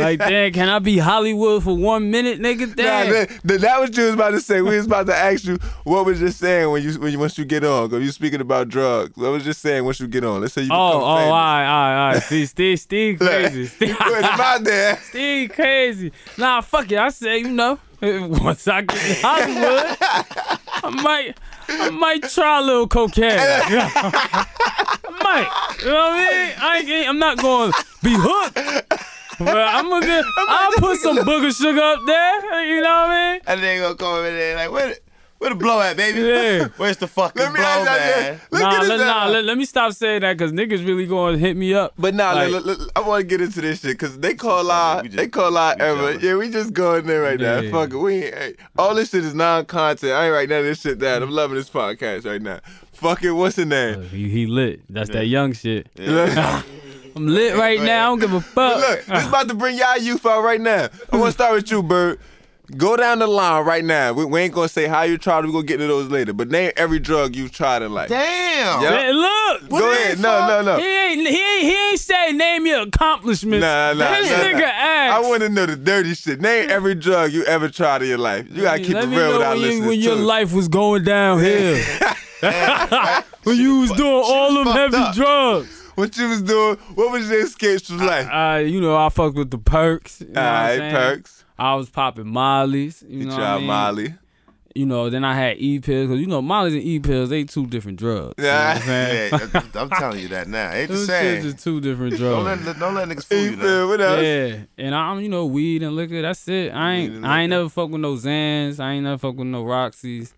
like, damn, can I be Hollywood for one minute, nigga? Nah, Damn. that, that, that was you was about to say. We was about to ask you what was just saying when you when you once you get on. Cause you speaking about drugs. What was just saying once you get on. Let's say you. Oh, become oh, all famous. right, all right, all right. See, Steve, Steve Look. crazy. crazy. Steve, Put him out there. Steve crazy. Nah, fuck it. I say, you know, once I get to Hollywood, I might, I might try a little cocaine. I might. You know what I mean? I ain't, I'm not going to be hooked. But I'm gonna, get, I'll put some booger sugar up there. You know what I mean? And they gonna come in there like, where, the- where the blow at, baby? Yeah. Where's the fucking Let me blow, ask y'all man? this. Let's nah, get this uh, let, out. nah let, let me stop saying that because niggas really gonna hit me up. But nah, Like- look, look, look, I want to get into this shit because they call sorry, out, we just- they call out we ever. jealous. Yeah, we just going there right now. Yeah. Fuck it, we ain't, hey, all this shit is non-content. I ain't right now. This shit Mm. down. I'm loving this podcast right now. Fuck it, what's the name? He, he lit. That's that young shit. I'm lit right now. I don't give a fuck. Look, this about to bring y'all youth out right now. I want to start with you, Bird. Go down the line right now. We, we ain't gonna say how you tried. We gonna get into those later. But name every drug you tried in life. Damn. Yeah. Hey, look. Go ahead. No, no, no. He ain't, he ain't, he ain't say name your accomplishments. Nah, nah, This nah, nigga nah. I asked. want to know the dirty shit. Name every drug you ever tried in your life. You gotta keep Let it me real know with our when, you, listeners when your too. life was going downhill. when you was doing all them fucked heavy up. drugs. What you was doing? What was your escapes from life? Uh, you know, I fucked with the perks. You know All what I'm right, saying? perks. I was popping Molly's. You, You know tried what I mean? Molly. You know, then I had E pills. Cause you know, Molly's and E pills, they two different drugs. Yeah. Yeah, I'm- I'm telling you that now. Ain't the Those shits same. is two different Don't drugs. let, don't let niggas fool you. You Now. feel what else? Yeah, and I'm you know weed and liquor. That's it. I ain't I ain't never fuck with no Zans. I ain't never fuck with no Roxy's.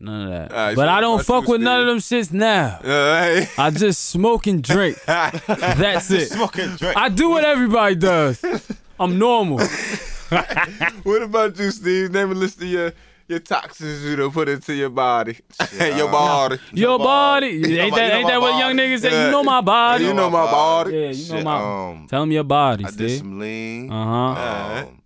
None of that. Alright, but so I don't that's what fuck with it none of is. them shits now. All I just smoke and drink. right. That's it. Smoking drink. I do what everybody does. I'm normal. what about you, Steve? Name a list of your your toxins you done put into your body, your body. Your body. body. You know Ain't my- that you know ain't my that what body. young niggas say? Yeah. You know my body. You know my body. Yeah, you know Shit, my. um, Tell them your body, I did Steve. some lean. Uh huh. Alright. Um,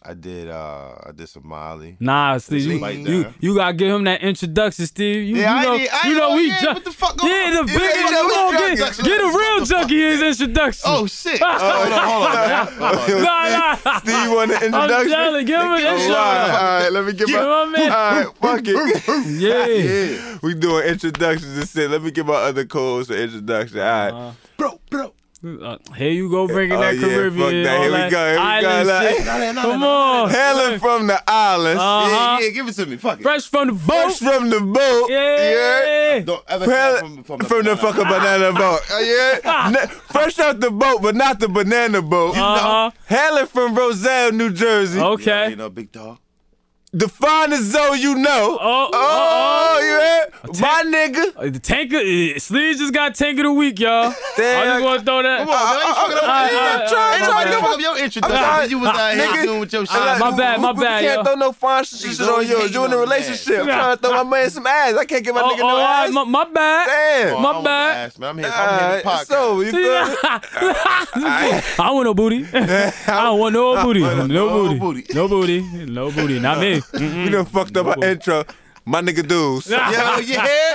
I did. Uh, I did some Molly. Nah, Steve, you, like you that. you gotta give him that introduction, Steve. You, Yeah, you I know, ain't- you I ain't know know, we yeah, ju- what the fuck going yeah, the on? big Yeah, yeah, one. yeah, Come we on, drunk. get, That's get a what real junkie his introduction. Oh shit! Oh, hold on, hold on, man. Hold on. nah, nah. Steve want an I'm introduction? telling, give him an All intro. right, all right, let me get You my. know what I mean? All right, fuck Uh, it. Yeah. We doing introductions and shit. Let me get my other codes for introduction. All right. Bro, bro. Uh, here you go, bringing Oh, that yeah, fuck Caribbean. that. all Here we go, here we go, island like- shit. No, no, no, Come no, on. Helen from the islands. Uh-huh. Yeah, yeah, give it to me. Fuck it. Fresh from the boat. Fresh from the boat. yeah. Don't ever Well, say from, from the, fucking banana boat. Uh, yeah. Ne- fresh out the boat, but not the banana boat. Uh-huh. Hailing from Roselle, New Jersey. Yeah, Okay. you know, big dog. The finest Zoe you know. Oh, oh yeah. My nigga. Uh, The tanker, uh, Sleeves just got tanker of the week, y'all. I Damn. just want to throw that. Come on, man. You fucking up- I- you I- not I- trying- I- ain't my trying to bad. fuck up uh, your sorry. introduction. You was out Nigga. here doing with your shit. Like, Ah, my bad, who- my who- bad, We can't yo. throw no fine shit Zoe on yours. hating You in a on relationship. ass. trying to throw my man some ass. I can't give my Oh, nigga oh, no all right, ass. my, my bad. Damn. My I don't bad. Uh, wanna ask, man. I'm here. I'm here Alright, to podcast. so you feel me? I don't want no booty. I don't want no booty. No, booty. booty. No booty. No booty. Not me. Mm-mm. You done fucked up our boy. intro. My nigga dudes. Yo, yeah,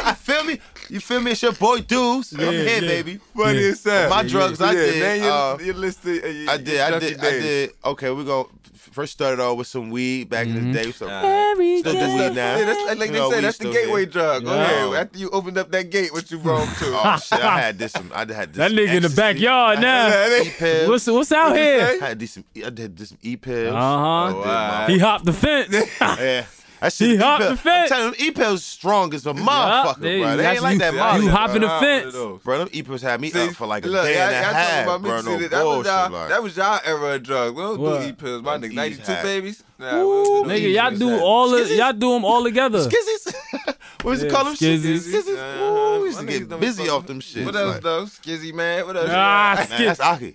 you feel me? You feel me? It's your boy Deuce. I'm here, yeah. baby. Funny as hell. My drugs, I did, Man, you, uh, you listed. Uh, you, I did, I did, I did. Okay, we go. First started off with some weed back in the day. So Every still do day. weed now. Yeah, that's, like they You know, say, we that's the still gateway did. drug. Go Yeah. ahead. After you opened up that gate, what you wrong Oh to? shit, I had this. Some, I had this. That some nigga in the ecstasy. backyard I now. had some E-pills. What's what's out I here? had these some. I did this some e pills. Uh-huh. I did Wow. my- He hopped the fence. Yeah. That shit, He hopped E-pill- the fence. I'm telling you, them E-pills strong as a Yup, motherfucker, they- bro. They that's ain't like you- that you Molly. hop in the Nah, fence. though. Bro, them E-pills had me See, up for like a look, day y'all- and a y'all talking half, about me, bro. see, No that, that was uh, bullshit, y'all, like. that was y'all era of drugs. We don't What? do e-pills, my Them nigga. E's 92 had- babies? Nah, we don't do no Nigga, y'all E-pills. do Nah. all of, y'all do them all together. Skizzies. what was Yeah, it called? Them shit? skizzies. Skizzies. Uh-huh. Ooh, we used to My niggas get don't busy fuck- off them shit. What else, Like, though? Skizzy, man. What else? Ah, you got? Man, that's skizzy, Aki.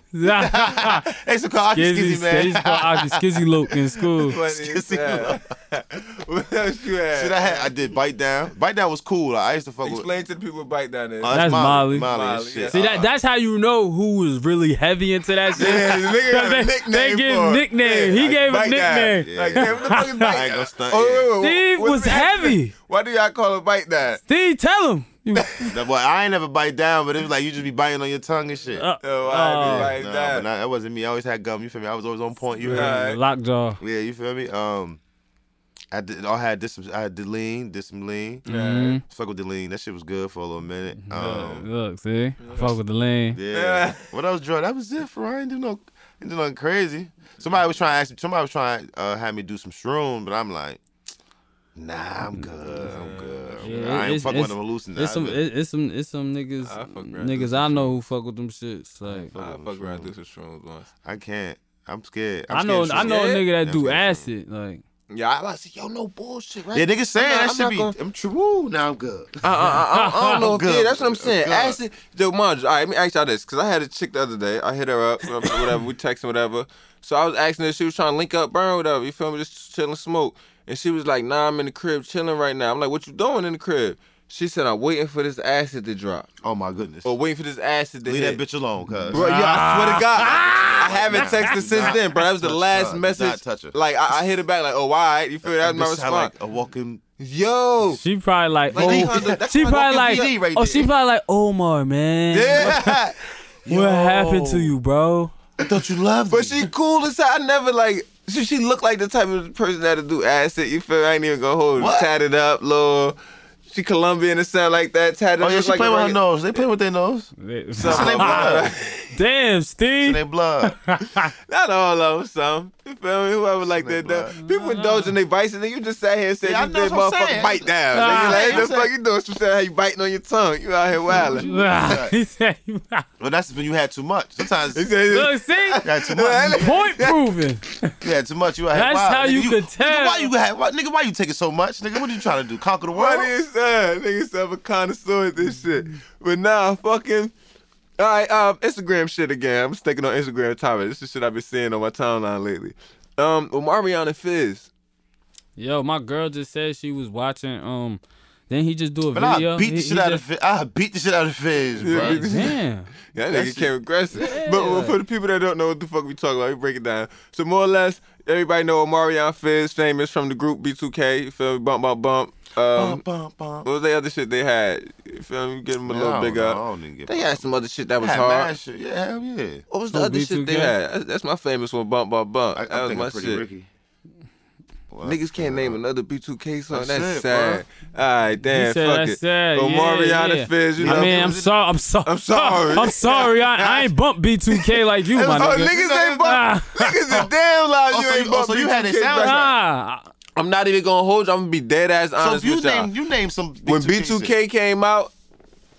They used to call Aki skizzy, Skizzy, man. skizzy, skizzy, skizzy Luke in school. Funny as hell. What else you had? Shit, I had. I did Bite Down. Bite Down was cool. Like, I used to fuck with. Explain to the people bite down there. Oh, That's Molly. Molly, and Molly, shit. yeah. See that? Uh, That's how you know who was really heavy into that shit. Yeah, the nigga Cause got they, a nickname they gave for him it. nickname. Yeah, he like gave him Bite Down. nickname. Like, yeah, what the fuck is bite I ain't gonna down? stunt, Oh, wait, wait, Steve what- was what- heavy. Why do y'all call it bite down? Steve, tell him. You, Nah, Well, I ain't never bite down, but it was like you just be biting on your tongue and shit. uh, Oh, I nah, be bite but down. nah, that wasn't me. I always had gum. You feel me? I was always on point. You heard me? Alright. Lockjaw. Yeah, you feel me? Um, I did. I had this. I had Deline. Did some lean. Mhm. Fuck with Deline. That shit was good for a little minute. Um, Mm-hmm. Look, see, fuck with the lane. yeah. What I was drawing, that was it. For I didn't do no, didn't do nothing crazy. Somebody was trying to ask me. Somebody was trying to uh, have me do some shroom, but I'm like, Nah, I'm good. I'm good. I'm Mm. Yeah, good. I ain't it's- fucking with it's- them It's some, hallucinations. it- it's some, it's some niggas, I fuck around with niggas I know who fuck with them shits. Like, I fuck around through some shrooms once. I can't. I'm scared. I'm I know, scared of I know a shrooms. nigga that Yeah, do I'm scared acid. Like, Yeah, I like, yo, no bullshit, right? Yeah, niggas saying not- that I'm should not be. gonna- I'm true. Woo, Now I'm good. Uh, uh, uh, I don't know if Good. yeah, that's what I'm saying. Good. Acid, yo, mind you, all right, let me ask y'all this, because I had a chick the other day. I hit her up, whatever, we texting, whatever. So I was asking her, she was trying to link up, burn, whatever, you feel me, just chilling, smoke. And she was like, nah, I'm in the crib chilling right now. I'm like, what you doing in the crib? She said, I'm waiting for this acid to drop, Oh my goodness. or waiting for this acid to Leave hit. that bitch alone, cuz. Bro, yeah, I swear to God, I haven't texted since then, bro. That was the Touch last her. Do message. not touch her. Like I, I hit her back, like, oh, why? You feel me? that was my Bitch sound response. like a walking. Yo, she probably like, Like, they oh, kinda- that's she my probably like, fucking PD right oh, she there. probably like, Omar, man, Yeah. what happened to you, bro? I thought you loved But she cool as hell. I never like. She, she looked like the type of person that'll do acid. You feel? me? I ain't even gonna hold. It. What? Tatted up, little. She Colombian and sound like that. Tatted. Oh yeah, just she like play a with her regular- nose. They play with their nose. It's in their blood. Damn, It's in Steve. their blood. Not all of them. Some. You feel me? Whoever like that. Something like though. People indulge in their vices, and you just sat here and said Yeah, I you know did what I'm motherfucking saying. bite down. Nah. Nigga, I'm like, what the fuck saying- you doing? Some shit how you biting on your tongue. You out here wilding. he said, you- Well, that's when you had too much. Sometimes He you said, look, see, had too much. point proven. You had too much. You out here That's wild. how Nigga, you could Nigga, why tell. you had? Why, nigga, why you taking so much? Nigga, what are you trying to do? Conquer the world? What is that? Nigga said I'm a connoisseur at this shit. But now nah, fucking all right, um, Instagram shit again. I'm sticking on Instagram topic. This is shit I've been seeing on my timeline lately. Um, Omarion and Fizz. Yo, my girl just said she was watching. Um, then he just do a But video. I beat the He- shit he out just- of Fizz. I beat the shit out of Fizz, bro. Yeah, Damn. Yeah, that nigga came aggressive. But well, for the people that don't know what the fuck we talking about, we break it down. So more or less, everybody know Omarion Fizz, famous from the group B2K. You feel me? Bump, bump, bump. Um, Bum, bum, bum. what was the other shit they had? You feel me? Get them a Man, I little don't bigger. know. I don't even get They had some other shit that was Yeah, hard. mad shit. Yeah, hell yeah. What was the Oh, other shit they B2K? had? That's- That's my famous one, Bump Bump Bump. I, that I'm was thinking my pretty shit. Ricky. Well, Niggas can't name another B2K song. That's, That's it, sad. All right, damn, He said fuck that's it. sad. But yeah, Mariana yeah. Fizz, you know. I mean, I'm sorry. I'm sorry. I'm sorry. I'm sorry. I, I ain't bumped B2K like you, my oh, nigga. niggas ain't bump. Ah. niggas is damn loud. Oh, you so ain't you- oh, bump so you had it B2K, sound bro. check. Nah. I'm not even gonna hold you. I'm gonna be dead ass So honest if you with y'all. name you name some B2K when shit. B2K came out,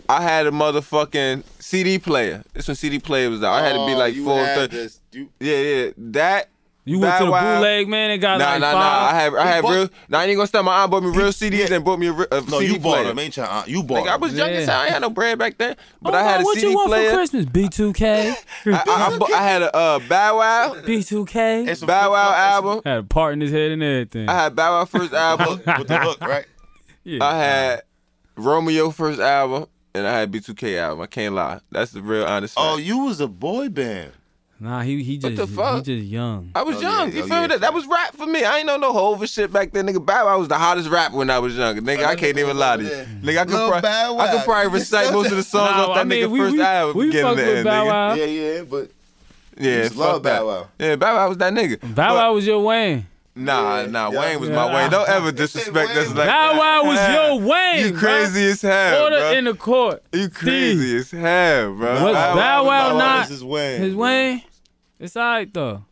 I had a motherfucking CD player. This when CD player was out. I had to be Oh, like you four. had thir- this- you- Yeah, yeah. That. You went to the Bad Wild- bootleg, man, and got Nah, like nah, nah. five. I have, I have bought- real. Nah, I ain't gonna stop. My aunt bought me real CDs and bought me a, re- a No, CD you bought player. them. Ain't your aunt. You Nigga, bought I them. was young as Yeah. hell. I ain't had no bread back then, but Oh, I had a what CD you want for player. Christmas? B2K. I, I, I, bought- I had a uh, Bow Wow, B2K. It's a Bow Wow flip-flop, it's a- album. Had a part in his head and everything. I had Bow Wow first album. with the hook, right? yeah. I had Romeo first album, and I had B2K album. I can't lie. That's the real honest. Oh, fact. you was a boy band. nah, he he just the fuck? he just young. I was Oh, young. yeah, you oh, feel yeah. me? That, that was rap for me. I ain't know no Hov and shit back then, nigga. Bow Wow was the hottest rapper when I was younger. Nigga, I can't even lie to you. Yeah. Nigga, I could, Lil pro- Bow I could Wow. probably recite most of the songs Nah, off that I mean, nigga we, first we, album. we beginning fuck to with end, Bow nigga. Wow. Yeah, yeah, but Yeah, Just fuck love that. Bow Wow. Yeah, Bow Wow was that nigga. Bow But- Wow was your Wayne. Nah, nah, Yeah. Wayne was my Wayne. Don't ever disrespect Wayne us was- like Bow Wow that. was your Wayne. You crazy as Bro. hell, Order bro. in the court. you crazy as hell, bro. Was Bow Wow not This is Wayne. his Wayne? It's alright though.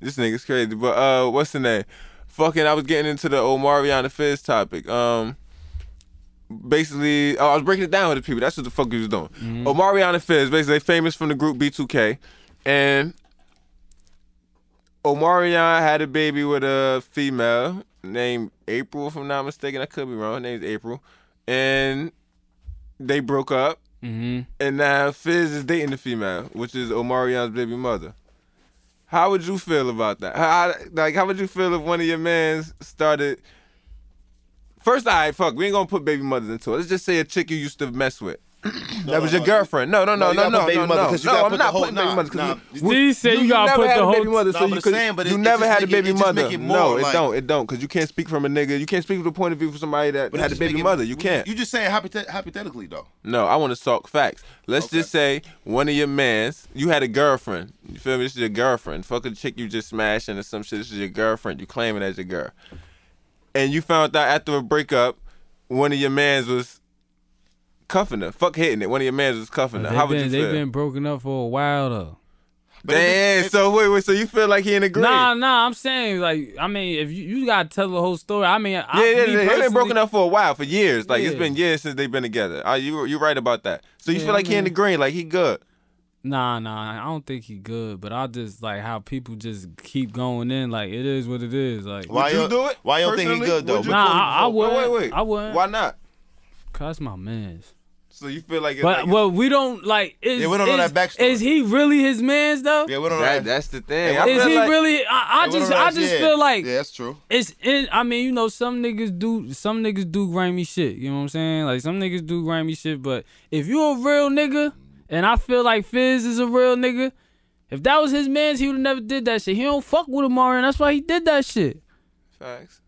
This nigga's crazy. But uh, what's the name? Fucking, I was getting into the Omarion the Fizz topic. Um, basically, oh, I was breaking it down with the people. That's what the fuck he was doing. Omarion and Fizz, basically, they famous from the group B2K, and Omarion had a baby with a female named April, if I'm not mistaken. I could be wrong. Her name's April, and they broke up. And now Fizz is dating the female, which is Omarion's baby mother. How would you feel about that? How, how- like, how would you feel if one of your mans started? First, all right, fuck, we ain't gonna put baby mothers into it. Let's just say a chick you used to mess with. that was your girlfriend. No, no, no, you gotta no, put no, baby no, mother no. 'cause you No, gotta I'm put the not whole- putting baby nah, mother. 'cause nah. we- Steve said you, you gotta never put had the a baby whole. mother, Nah, so but you I'm could saying, but you it- it never just had a make it- baby it just mother. make it more no, it like- don't. It don't, because you can't speak from a nigga. You can't speak from the point of view from somebody that But had a just baby make it- mother. You can't. You just saying hypothet- hypothetically though. No, I want to talk facts. Let's just say one of your mans, you had a girlfriend. You feel me? This is your girlfriend. Fuck a chick you just smashing or some shit. This is your girlfriend. You claim it as your girl. And you found out after a breakup, one of your mans was cuffing her. Fuck hitting it. One of your mans was cuffing her. They've How would been, you they feel? been broken up for a while though. Damn. so wait, wait. So you feel like he in the grave? Nah, nah. I'm saying like, I mean, if you, you gotta tell the whole story. I mean, Yeah, I, yeah, me yeah. They've personally- been broken up for a while, for years. Like it's Yeah. been years since they've been together. Uh, you you right about that. So you Yeah, feel like he in the man. green, like he good. Nah, nah. I don't think he good, but I just like how people just keep going in. Like it is what it is. Like Why you you do it Why you don't think he personally? good though? Would you- Nah, I, I Wait, wait, wouldn't. wait. I wouldn't. Why not? Cause that's my man's. So you feel like it's But like- well, we don't like. Is, Yeah, we don't know is- that backstory. Is he really his man's though? Yeah, we don't that, know. that's the thing. I is feel he like- really? I, I Yeah, we just, don't know I that- just yeah. feel like yeah, that's true. it's in. I mean, you know, some niggas do, some niggas do grimy shit. You know what I'm saying? Like some niggas do grimy shit. But if you a real nigga, and I feel like Fizz is a real nigga, if that was his man's, he would have never did that shit. He don't fuck with Amari, and that's why he did that shit. Facts.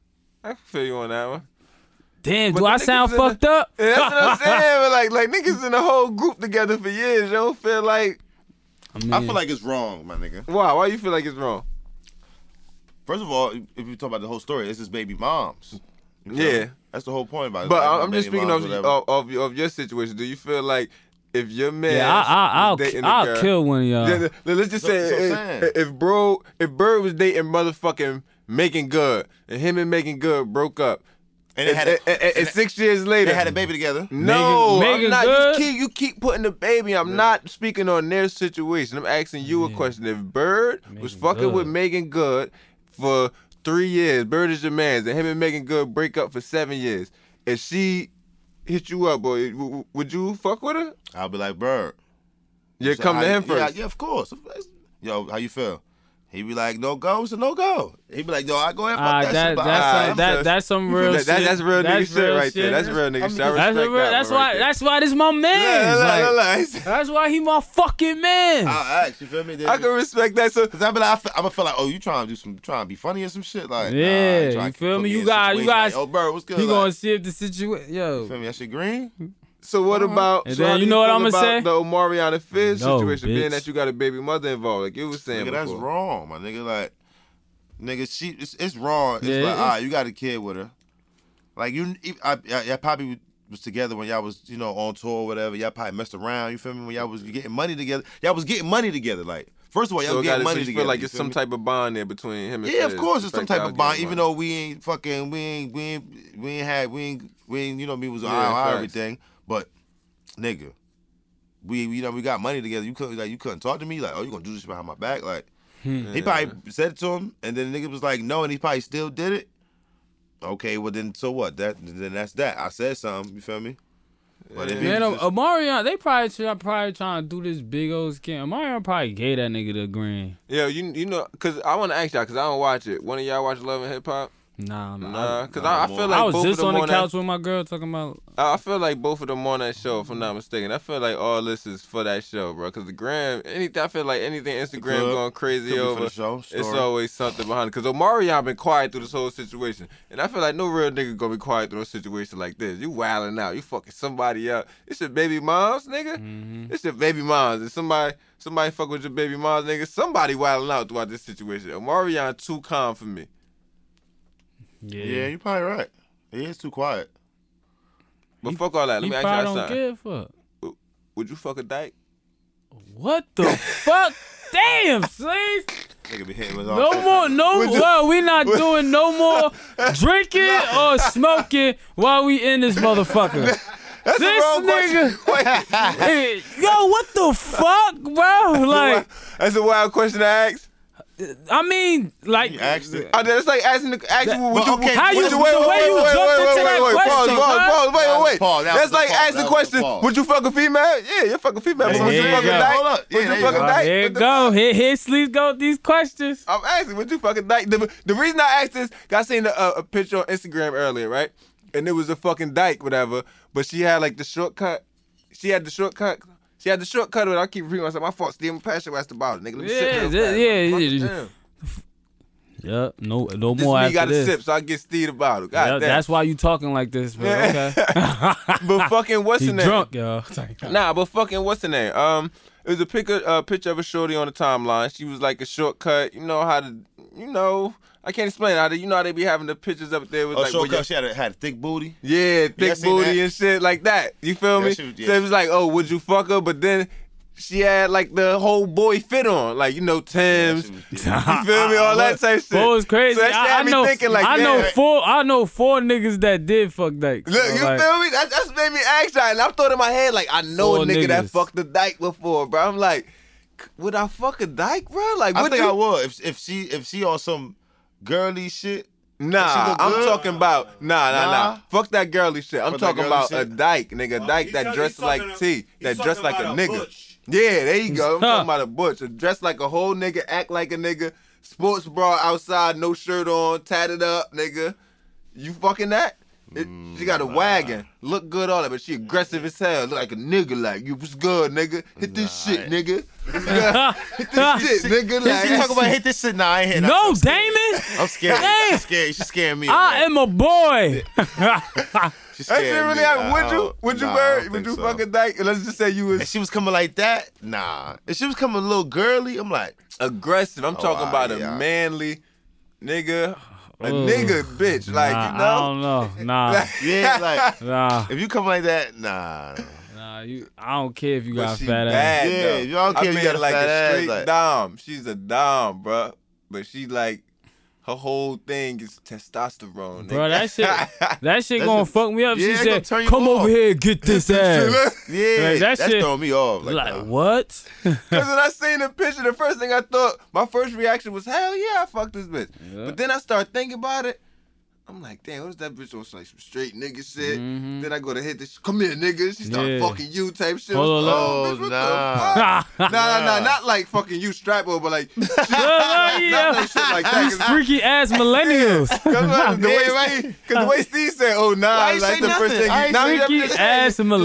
I can feel you on that one. Damn, But do the I niggas sound in the- fucked up? Yeah, that's what I'm saying. But like, like niggas in the whole group together for years. You don't feel like I, mean, I feel like it's wrong, my nigga. why? Why you feel like it's wrong? First of all, if you talk about the whole story, it's his baby moms. You feel Yeah. me? that's the whole point about it. But Like, I'm- my I'm just baby speaking moms, of, oh, whatever. of of of your situation. Do you feel like if your man yeah, I, I, is dating I'll, a I'll girl- kill one of y'all. Yeah, th- let's just say that's what I'm if- saying. if bro, if Bird was dating motherfucking Making Good, and him and Making Good broke up, and and, they had a, and- and six years later they had a baby together. No, Megan- Megan I'm not. Good? You keep you keep putting the baby. I'm not speaking on their situation. I'm asking you a question. If Bird was Megan fucking with Good. Megan Good for three years, Bird is your man's, and him and Megan Good break up for seven years, and she hit you up, boy, w- w- would you fuck with her? I'll be like, Bird. You So come to how- him yeah, first. Yeah, of course. Of course. Yo, how you feel? He be like, no go, it's a no go. He be like, yo, I go ahead. Ah, fuck that, that- shit, but that's I- like- I'm that- just- that's some real That- that- shit. that's real That's nigga shit reit right there. shit. That's real nigga shit. I That's respect a real, that that's one right why. there. That's why this my man. Look, like, look, look, look. That's why he my fucking man. I'll ask. You feel me? Then- I can respect that. So Cause I be like, I feel, I'm gonna feel like, oh, you trying to do some, trying to be funny or some shit, like, nah, Yeah, trying you to feel put me? You in guys- you situations guys- like, oh, bird, what's good? he like, gonna see if the situation. Yo, feel me? That shit green. So what about And so then how you do know what feel I'ma about say? The Omarion Fizz No, situation, being bitch. that you got a baby mother involved, like you was saying Nigga, before. that's wrong, my nigga. Like, nigga, she, it's, it's wrong. It's Yeah, it like, is. ah, you got a kid with her. Like, you, I, I, y'all probably was together when y'all was, you know, on tour or whatever. Y'all probably messed around. You feel me? When y'all was getting money together, y'all was getting money together. Like, first of all, y'all So was it gotta getting so money you together. feel like you it's feel some me? type of bond there between him and Yeah, of Fizz, course, it's some like y'all type of getting bond. Even money. though we ain't fucking, we ain't, we ain't, we ain't had, we ain't, we ain't, you know, me was on Yeah, our- our facts. everything. But, nigga, we, you know, we got money together. You couldn't, like, you couldn't talk to me. Like, oh, you gonna do this behind my back? Like, Hmm. he probably said it to him, and then the nigga was like, no, and he probably still did it. Okay, well then, so what? That then that's that. I said something. You feel me? But if he man, was um, Omarion, they probably try, probably trying to do this big old scam. Omarion probably gave that nigga the green. yeah, you you know, cause I want to ask y'all, cause I don't watch it. One of y'all watch Love and Hip Hop? Nah, man, Nah, cause I, I feel like I was both just of on them the that- couch with my girl talking about. I I feel like both of them on that show, if I'm not mistaken. I feel like all this is for that show, bro. Cause the gram, anything, I feel like anything Instagram Could- going crazy could be for over, the show, it's story. always something behind it. Cause Omarion been quiet through this whole situation, and I feel like no real nigga gonna be quiet through a situation like this. You wilding out, you fucking somebody up. It's your baby mom's nigga. Mm-hmm. It's your baby mom's. And somebody, somebody fuck with your baby mom's nigga. Somebody wilding out throughout this situation. Omarion too calm for me. Yeah, yeah, you're probably right. He is too quiet. But fuck all that. he Let me probably ask y'all don't something. give a fuck. Would you fuck a dyke? What the fuck? Damn, please. Nigga be hitting with all No types of- more, no. Well, we not doing no more drinking or smoking while we in this motherfucker. That's this wrong question. nigga, Hey, yo, what the fuck, bro? Like, That's a wild question to ask. I mean, like, He asked it. Oh, that's like asking the asking would but you okay, How would you- you wait the wait way wait you wait wait jumped into wait that wait wait pause question, pause huh? pause That was wait wait the pause, that that's was the like pause, that asking the was the question pause. would you fuck a female yeah you're fucking female but There would you you fuck a go. Hold dyke up. Yeah, would there you you fuck a go. oh, dyke here What it the- Uh, go. Here, here, sleeves go with these questions. I'm asking would you fuck a dyke the, the reason I asked this 'cause I seen a, a picture on Instagram earlier right and it was a fucking dyke whatever but she had like the shortcut She had the shortcut. She had the shortcut of it. I keep repeating myself. My fault. Steven Passion was the ball, nigga. Let me Yeah, sip yeah, real fast. yeah, Fuck yeah. it, damn. Yep. No, no This more me after got a this. sip, so I get Steve the bottle. God Yep, damn. that's why you talking like this, bro. Yeah. Okay. but fucking what's he in there? drunk, y'all. Nah, but fucking what's her name? Um, it was a pic of, uh, picture of a shorty on the timeline. She was like a shortcut. You know how to, you know, I can't explain how to, you know how they be having the pictures up there with Oh, like, short with your- cut. She had a, had a thick booty. yeah, Yeah, I thick seen booty that. and shit like that. You feel Yeah, me? she was- So yeah. it was like, oh, would you fuck her? But then. She had like the whole boy fit on, like you know Tim's, you feel me, all that type shit. Boy, it's crazy. So that shit I, I had me know. thinking, like, I damn. know four. I know four niggas that did fuck dykes. Look, So, you like, feel me? That, that's made me ask y'all. And I'm throwing in my head, like, I know Four a nigga that niggas. fucked a dyke before, bro. I'm like, c- would I fuck a dyke, bro? Like, I what think you- I would if if she if she on some girly shit. she Nah, look I'm good? talking about, nah, nah, nah, Nah. Fuck that girly shit. I'm Fuck that talking girly about a shit. dyke, nigga. A dyke he's that talking- dressed he's like talking- T, he's that talking dressed like a about a nigga. butch. Yeah, there you go. I'm talking about a butch. A dressed like a whole nigga, act like a nigga, sports bra outside, no shirt on, tatted up, nigga. You fucking that? It, she got a Mm, wagon, look good, all that, but she aggressive as hell. Look like a nigga, like you was good, nigga. Hit this shit, nigga. Hit this shit, nigga. Yeah, she talk Like, about hit this shit. Nah, I ain't hit. No, I'm scared. Damon. I'm scared. Damn. She's scared. She's scaring me. I am a boy. She's that scaring shit really me. happened. I Would you? don't- Would you, nah, I bird? don't Would think you so. fucking dyke? Let's just say you was If she was coming like that, nah. If she was coming a little girly, I'm like, aggressive. I'm talking Oh, I- about a yeah. manly nigga, a Ooh. nigga bitch. Like nah, you I know, don't know. Nah, yeah, like nah, if you come like that, nah. nah. You, I don't care if you but got she fat ass. bad. Yeah, though. if you don't care, I you mean, got a like fat ass, a straight like- dom. She's a dom, bruh. But she like her whole thing is testosterone. Bro, that nigga. shit, that shit That's gonna just- fuck me up. yeah, she it gonna said, turn you "Come off." over here, and get this ass." Yeah, Like, that that's shit- throwing me off. Like, Like, nah. what? Cause when I seen the picture, the first thing I thought, my first reaction was, hell yeah, I fucked this bitch. Yeah. But then I start thinking about it. I'm like, damn, what's that bitch on like some straight nigga shit? Then I go to hit this, come here, nigga. She start Mm-hmm. Yeah. fucking you type shit. Hold on, oh, look. bitch, what Nah. the fuck? Nah, nah, Nah, nah, nah, not like fucking you strap over, but like, not yeah. like shit like that. These Cause, freaky ass millennials. 'cause like, the, way Yeah, Steve, cause the way Steve said, oh, nah, Why you like say the first nothing? thing I you ain't nah, you freaky know what I'm saying? ass Your face, your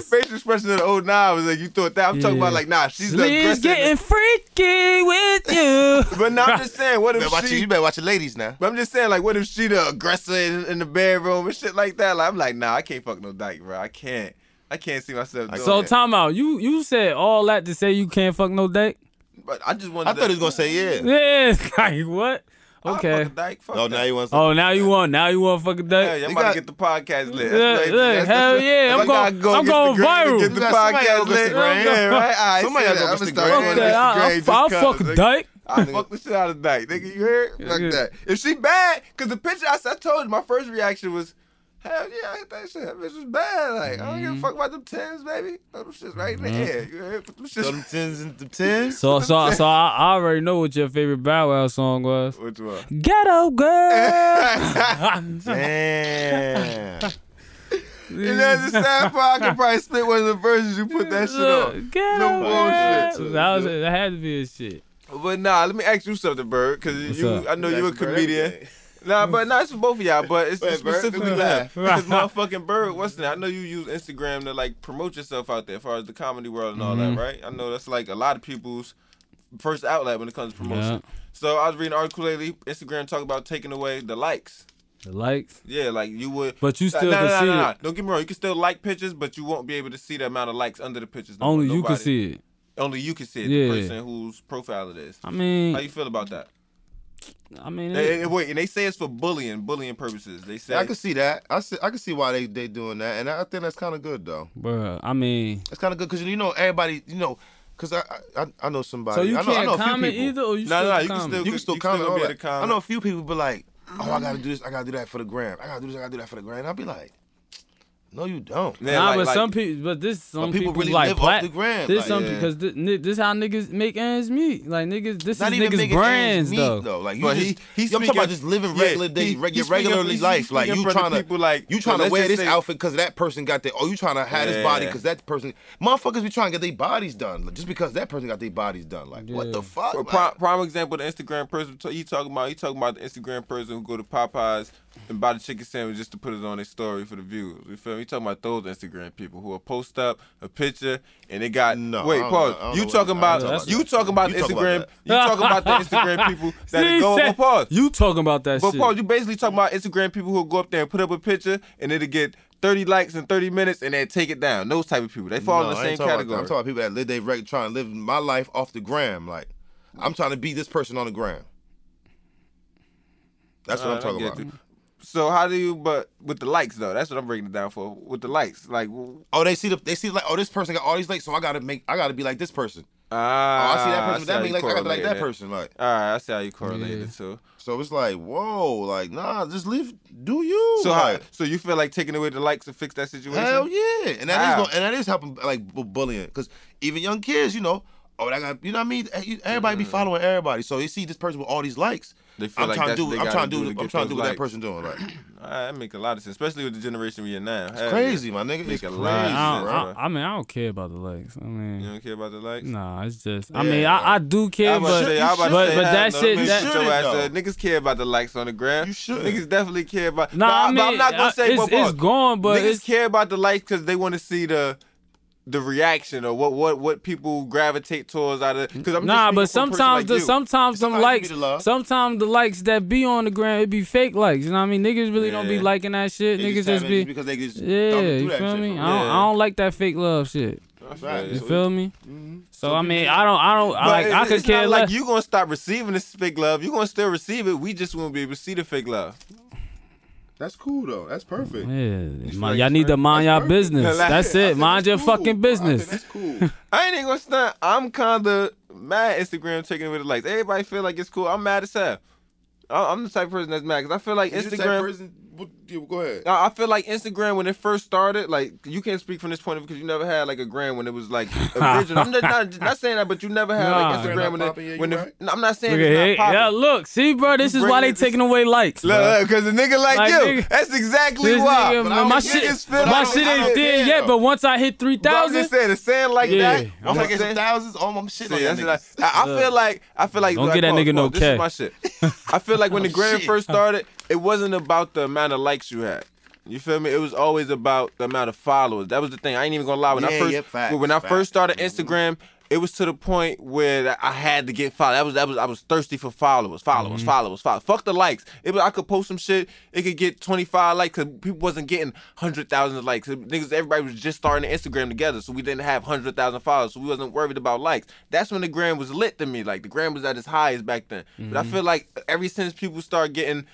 millennials. face expression of the oh, nah, was like, you thought that. I'm talking Yeah. about, like, nah, she's the Sleeves aggressive. getting freaky with you. But now I'm just saying, what You if better, watch she? you better watch your ladies now. But I'm just saying, like, what if she the aggressor in, in the bedroom and shit like that? Like, I'm like, nah, I can't fuck no dyke, bro. I can't. I can't see myself doing So that. time out. You you said all that to say you can't fuck no dyke? But I just wanted. I thought he was gonna say yeah. Yeah. Like what? I'll Okay. fuck a dyke. Fuck Oh, now that. he wants. Oh, now you want now you want fuck a Hell dyke? yeah, I'm You about got- to get the podcast lit. Look, That's- look, that's- hell that's- yeah, if I'm I gotta going- go I'm against going the grain to viral. Get the You got- somebody podcast gotta go lit. against the grain. Yeah, right. All right, Somebody see gotta that. go I'ma against the start grain. going Fuck that. against the I, grain I, just I'll 'cause, fuck a nigga. dyke. I fuck the shit out of Dyke, nigga. You heard? Fuck Yeah. that. If she bad, cause the picture I, s- I told you, my first reaction was, hell yeah, I hit that shit. That bitch was bad. Like I don't give Mm-hmm. a fuck about them tens, baby. Throw them shits right in the air. You heard? Put them Throw them shits. tens and them tens. So so so I, I already know what your favorite Bow Wow song was. Which one? Ghetto girl. Damn. And that's the sad part. I could probably split one of the versions you put that shit on. Look, Ghetto No bullshit. girl. That was that had to be his shit. But nah, let me ask you something, Bird, cause you, up? I know you a comedian. Nah, but not for both of y'all, but it's Wait, Bird, specifically do we laugh? that. Because motherfucking Bird, what's that? I know you use Instagram to like promote yourself out there as far as the comedy world and all Mm-hmm. that, right? I know that's like a lot of people's first outlet when it comes to promotion. So I was reading an article lately, Instagram talk about taking away the likes. The likes. Yeah, like you would But you Nah, still nah, can nah, see nah, nah. it. Don't get me wrong, you can still like pictures, but you won't be able to see the amount of likes under the pictures. no Only more. you can Nobody- see it. Only you can see it, Yeah. the person whose profile it is. I How mean, you feel about that? I mean, And- it- and wait, and they say it's for bullying, bullying purposes. They say I can see that. I see, I can see why they they doing that, and I think that's kind of good though. bruh, I mean. That's kind of good because you know everybody, you know, because I, I I know somebody. So you I know, I can't know a few comment people. either, or you No, still no, can you can comment? still- You can still You still comment. gonna all be able that. to comment. I know a few people be like, "Oh, I gotta Mm-hmm. do this. I gotta do that for the gram. I gotta do this. I gotta do that for the gram." I'll be like, "No, you don't." Yeah, nah, like- but like- some people, but this some people really like live off plat- the gram, This like- some Yeah. because this, this how niggas make ends meet. Like niggas, this Not is even niggas making brands ends meet, though. Like you But just, he, he's I'm talking about just living regular day, reg- your regularly life. Like you trying to, people like you so trying to let's wear just this say- outfit because that person got that. Oh, you trying to have this body Yeah. because that person. Motherfuckers be trying to get their bodies done like, just because that person got their bodies done. Like what the Yeah. fuck? Well, Like, prime, prime example, the Instagram person t- you talking about, you talking about the Instagram person who go to Popeyes and buy the chicken sandwich just to put it on their story for the viewers. You feel me? You talking about those Instagram people who will post up a picture and they got No, I wait, don't pause. know- I don't you know talking what- I about, don't know about you that. talking about You the talking Instagram about you talking about the Instagram people that See, go Ah, said- up pause. You talking about that But shit. Paul, you basically talking about Instagram people who'll go up there and put up a picture and it'll get 30 likes in 30 minutes and then take it down. Those type of people. They fall No, in the I same ain't talking about that. category. I'm talking about people that live they reg- trying to live my life off the gram. Like I'm trying to be this person on the gram. That's what I'm Alright, I talking get about. you. So how do you but with the likes though? That's what I'm breaking it down for. With the likes. Like w- Oh, they see the they see like oh this person got all these likes, so I gotta make I gotta be like this person. Oh, ah, I see that person, see with that how many you likes, I gotta be like correlating that person. Like All right, I see how you correlated it too. so it's like whoa, like nah, just leave. Do you? So how, like, so you feel like taking away the likes to fix that situation? Hell yeah, and that is Wow. gonna, and that is helping like bu- bullying because even young kids, you know, oh that got you know what I mean. Eh, you- Everybody Mm. be following everybody, so you see this person with all these likes. They feel I'm like trying to that's do. what they I'm gotta trying to do do. to I'm get trying to do those what that likes. person doing. Like All right, that make a lot of sense, especially with the generation we in now. Hell yeah. crazy, my nigga. Make It's a crazy. lot of I, sense, don't, bro. I, bruh. I mean, I don't care about the likes. I mean, You don't care about the likes? nah, it's just. I Yeah. mean, I, I do care, I'm about but to say, I'm about to but, say, but hell that no, shit. niggas That, should- get your ass though. up. niggas care about the likes on the gram. You should. Niggas definitely care about. nah, but I mean, but I'm not gonna I- say it's, what it's part. gone, but niggas it's care about the likes because they want to see the the reaction or what what what people gravitate towards out of. Because I'm nah. just But speaking from a person sometimes like the you. sometimes some Somebody give likes, me the love. sometimes the likes that be on the gram, it be fake likes. You know what I mean? Niggas really don't be Yeah. liking that shit. They niggas have just it be. because they just Yeah, thumbing through you that feel shit me? for I real. don't, I don't like that fake love shit. I feel you. Mm-hmm. You So feel me? So I mean, I don't, I don't, I, But like, I it's- could it's not care like less. you gonna stop receiving this fake love. You gonna still receive it. We just won't be able to see the fake love. That's cool though. That's perfect. Yeah, like man, y'all it's need to mind y'all perfect. business. Like, That's I it. think Mind that's your cool. I fucking think business. That's cool. I ain't even gonna stunt. I'm kinda mad Instagram taking away the likes. Everybody feel like it's cool. I'm mad as hell. I- I'm the type of person that's mad because I feel like You the type Instagram. person- what- yeah, Go ahead. I I feel like Instagram when it first started, like you can't speak from this point of view because you never had like a gram when it was like original. I'm not, not, not saying that, but you never had Nah. like Instagram Not when it, popping, yeah, when you the, right. no, I'm not saying Look at it's here. not Yeah, popping. look, see, bro, this is bring why they it- taking away likes. bruh. Look, because a nigga like, Like, you, nigga- that's exactly This why. nigga, But I don't um, my think shit, niggas feel- I my don't- shit I ain't don't dead care, yet. though. But once I hit three But I'm just thousand, saying, saying like Yeah. that. I'm like taking some saying- thousands. Oh, I'm shit like See, that. that's nigga. what I, I feel like I feel like Don't like, give that pause, nigga no Oh, pause. This cap. is my shit. I feel like when the grand shit. first started, it wasn't about the amount of likes you had. You feel me? It was always about the amount of followers. That was the thing. I ain't even gonna lie. When I Yeah, first yeah, facts, when I facts. Mm-hmm. first started Instagram, it was to the point where I had to get followers. That was that was I was thirsty for followers, followers, followers, followers. Fuck the likes. It was, I could post some shit. It could get twenty five likes because people wasn't getting hundred thousand likes. It- Niggas, everybody was just starting the Instagram together, so we didn't have hundred thousand followers, so we wasn't worried about likes. That's when the gram was lit to me. Like the gram was at its highest back then. But I feel like ever since people start getting